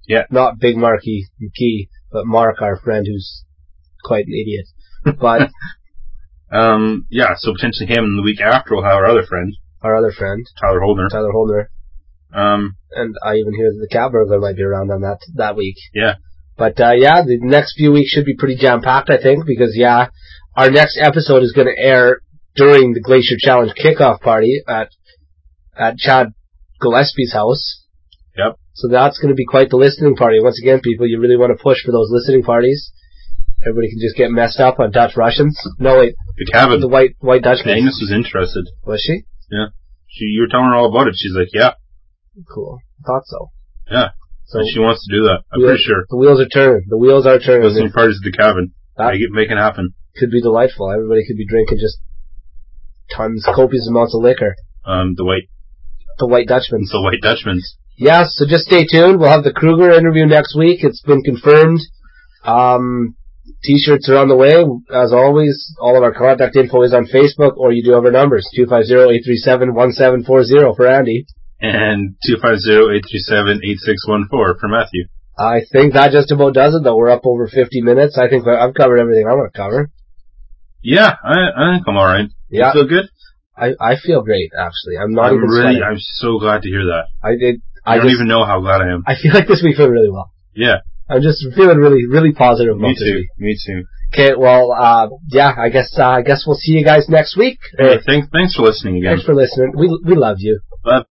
Speaker 1: Yeah.
Speaker 2: Not Big Marky McKee, but Mark, our friend who's quite an idiot. But
Speaker 1: Um, yeah, so potentially him and the week after we'll have our other friend,
Speaker 2: our other friend,
Speaker 1: Tyler Holdner.
Speaker 2: Tyler Holder,
Speaker 1: Um,
Speaker 2: and I even hear that the cat burglar might be around on that that week.
Speaker 1: Yeah.
Speaker 2: But uh, yeah, the next few weeks should be pretty jam packed, I think, because yeah, our next episode is going to air during the Glacier Challenge kickoff party at at Chad Gillespie's house.
Speaker 1: Yep.
Speaker 2: So that's going to be quite the listening party. Once again, people, you really want to push for those listening parties. Everybody can just get messed up on Dutch Russians. No, wait,
Speaker 1: good cabin.
Speaker 2: the white white Dutchman.
Speaker 1: Agnes was interested.
Speaker 2: Was she?
Speaker 1: She, you were telling her all about it. She's like, yeah,
Speaker 2: Cool. I thought so.
Speaker 1: Yeah.
Speaker 2: So
Speaker 1: and she wants to do that. I'm
Speaker 2: Yeah.
Speaker 1: pretty sure.
Speaker 2: the wheels are turning. The wheels are turning.
Speaker 1: Listening parties at the cabin.
Speaker 2: That-
Speaker 1: make, it, make it happen.
Speaker 2: It could be delightful. Everybody could be drinking just tons, copious amounts of liquor.
Speaker 1: Um, the white,
Speaker 2: The White Dutchman.
Speaker 1: the white Dutchman's.
Speaker 2: Yeah, so just stay tuned. We'll have the Kruger interview next week. It's been confirmed. Um, t-shirts are on the way. As always, all of our contact info is on Facebook, or you do have our numbers, 250-837-1740 for Andy.
Speaker 1: And 250-837-8614 for Matthew.
Speaker 2: I think that just about does it, though. We're up over 50 minutes. I think I've covered everything I want to cover.
Speaker 1: Yeah, I, I think I'm alright.
Speaker 2: Yeah.
Speaker 1: You feel good?
Speaker 2: I, I feel great actually. I'm not
Speaker 1: I'm
Speaker 2: even
Speaker 1: really,
Speaker 2: sweating.
Speaker 1: I'm so glad to hear that.
Speaker 2: I did.
Speaker 1: I,
Speaker 2: I
Speaker 1: don't
Speaker 2: just.
Speaker 1: even know how glad I am.
Speaker 2: I feel like this week went really well.
Speaker 1: Yeah.
Speaker 2: I'm just feeling really, really positive about
Speaker 1: Me
Speaker 2: this
Speaker 1: too.
Speaker 2: week.
Speaker 1: Me too.
Speaker 2: Okay, well, uh, yeah, I guess uh, I guess we'll see you guys next week.
Speaker 1: Hey, thanks, thanks for listening again.
Speaker 2: Thanks for listening. We we love you.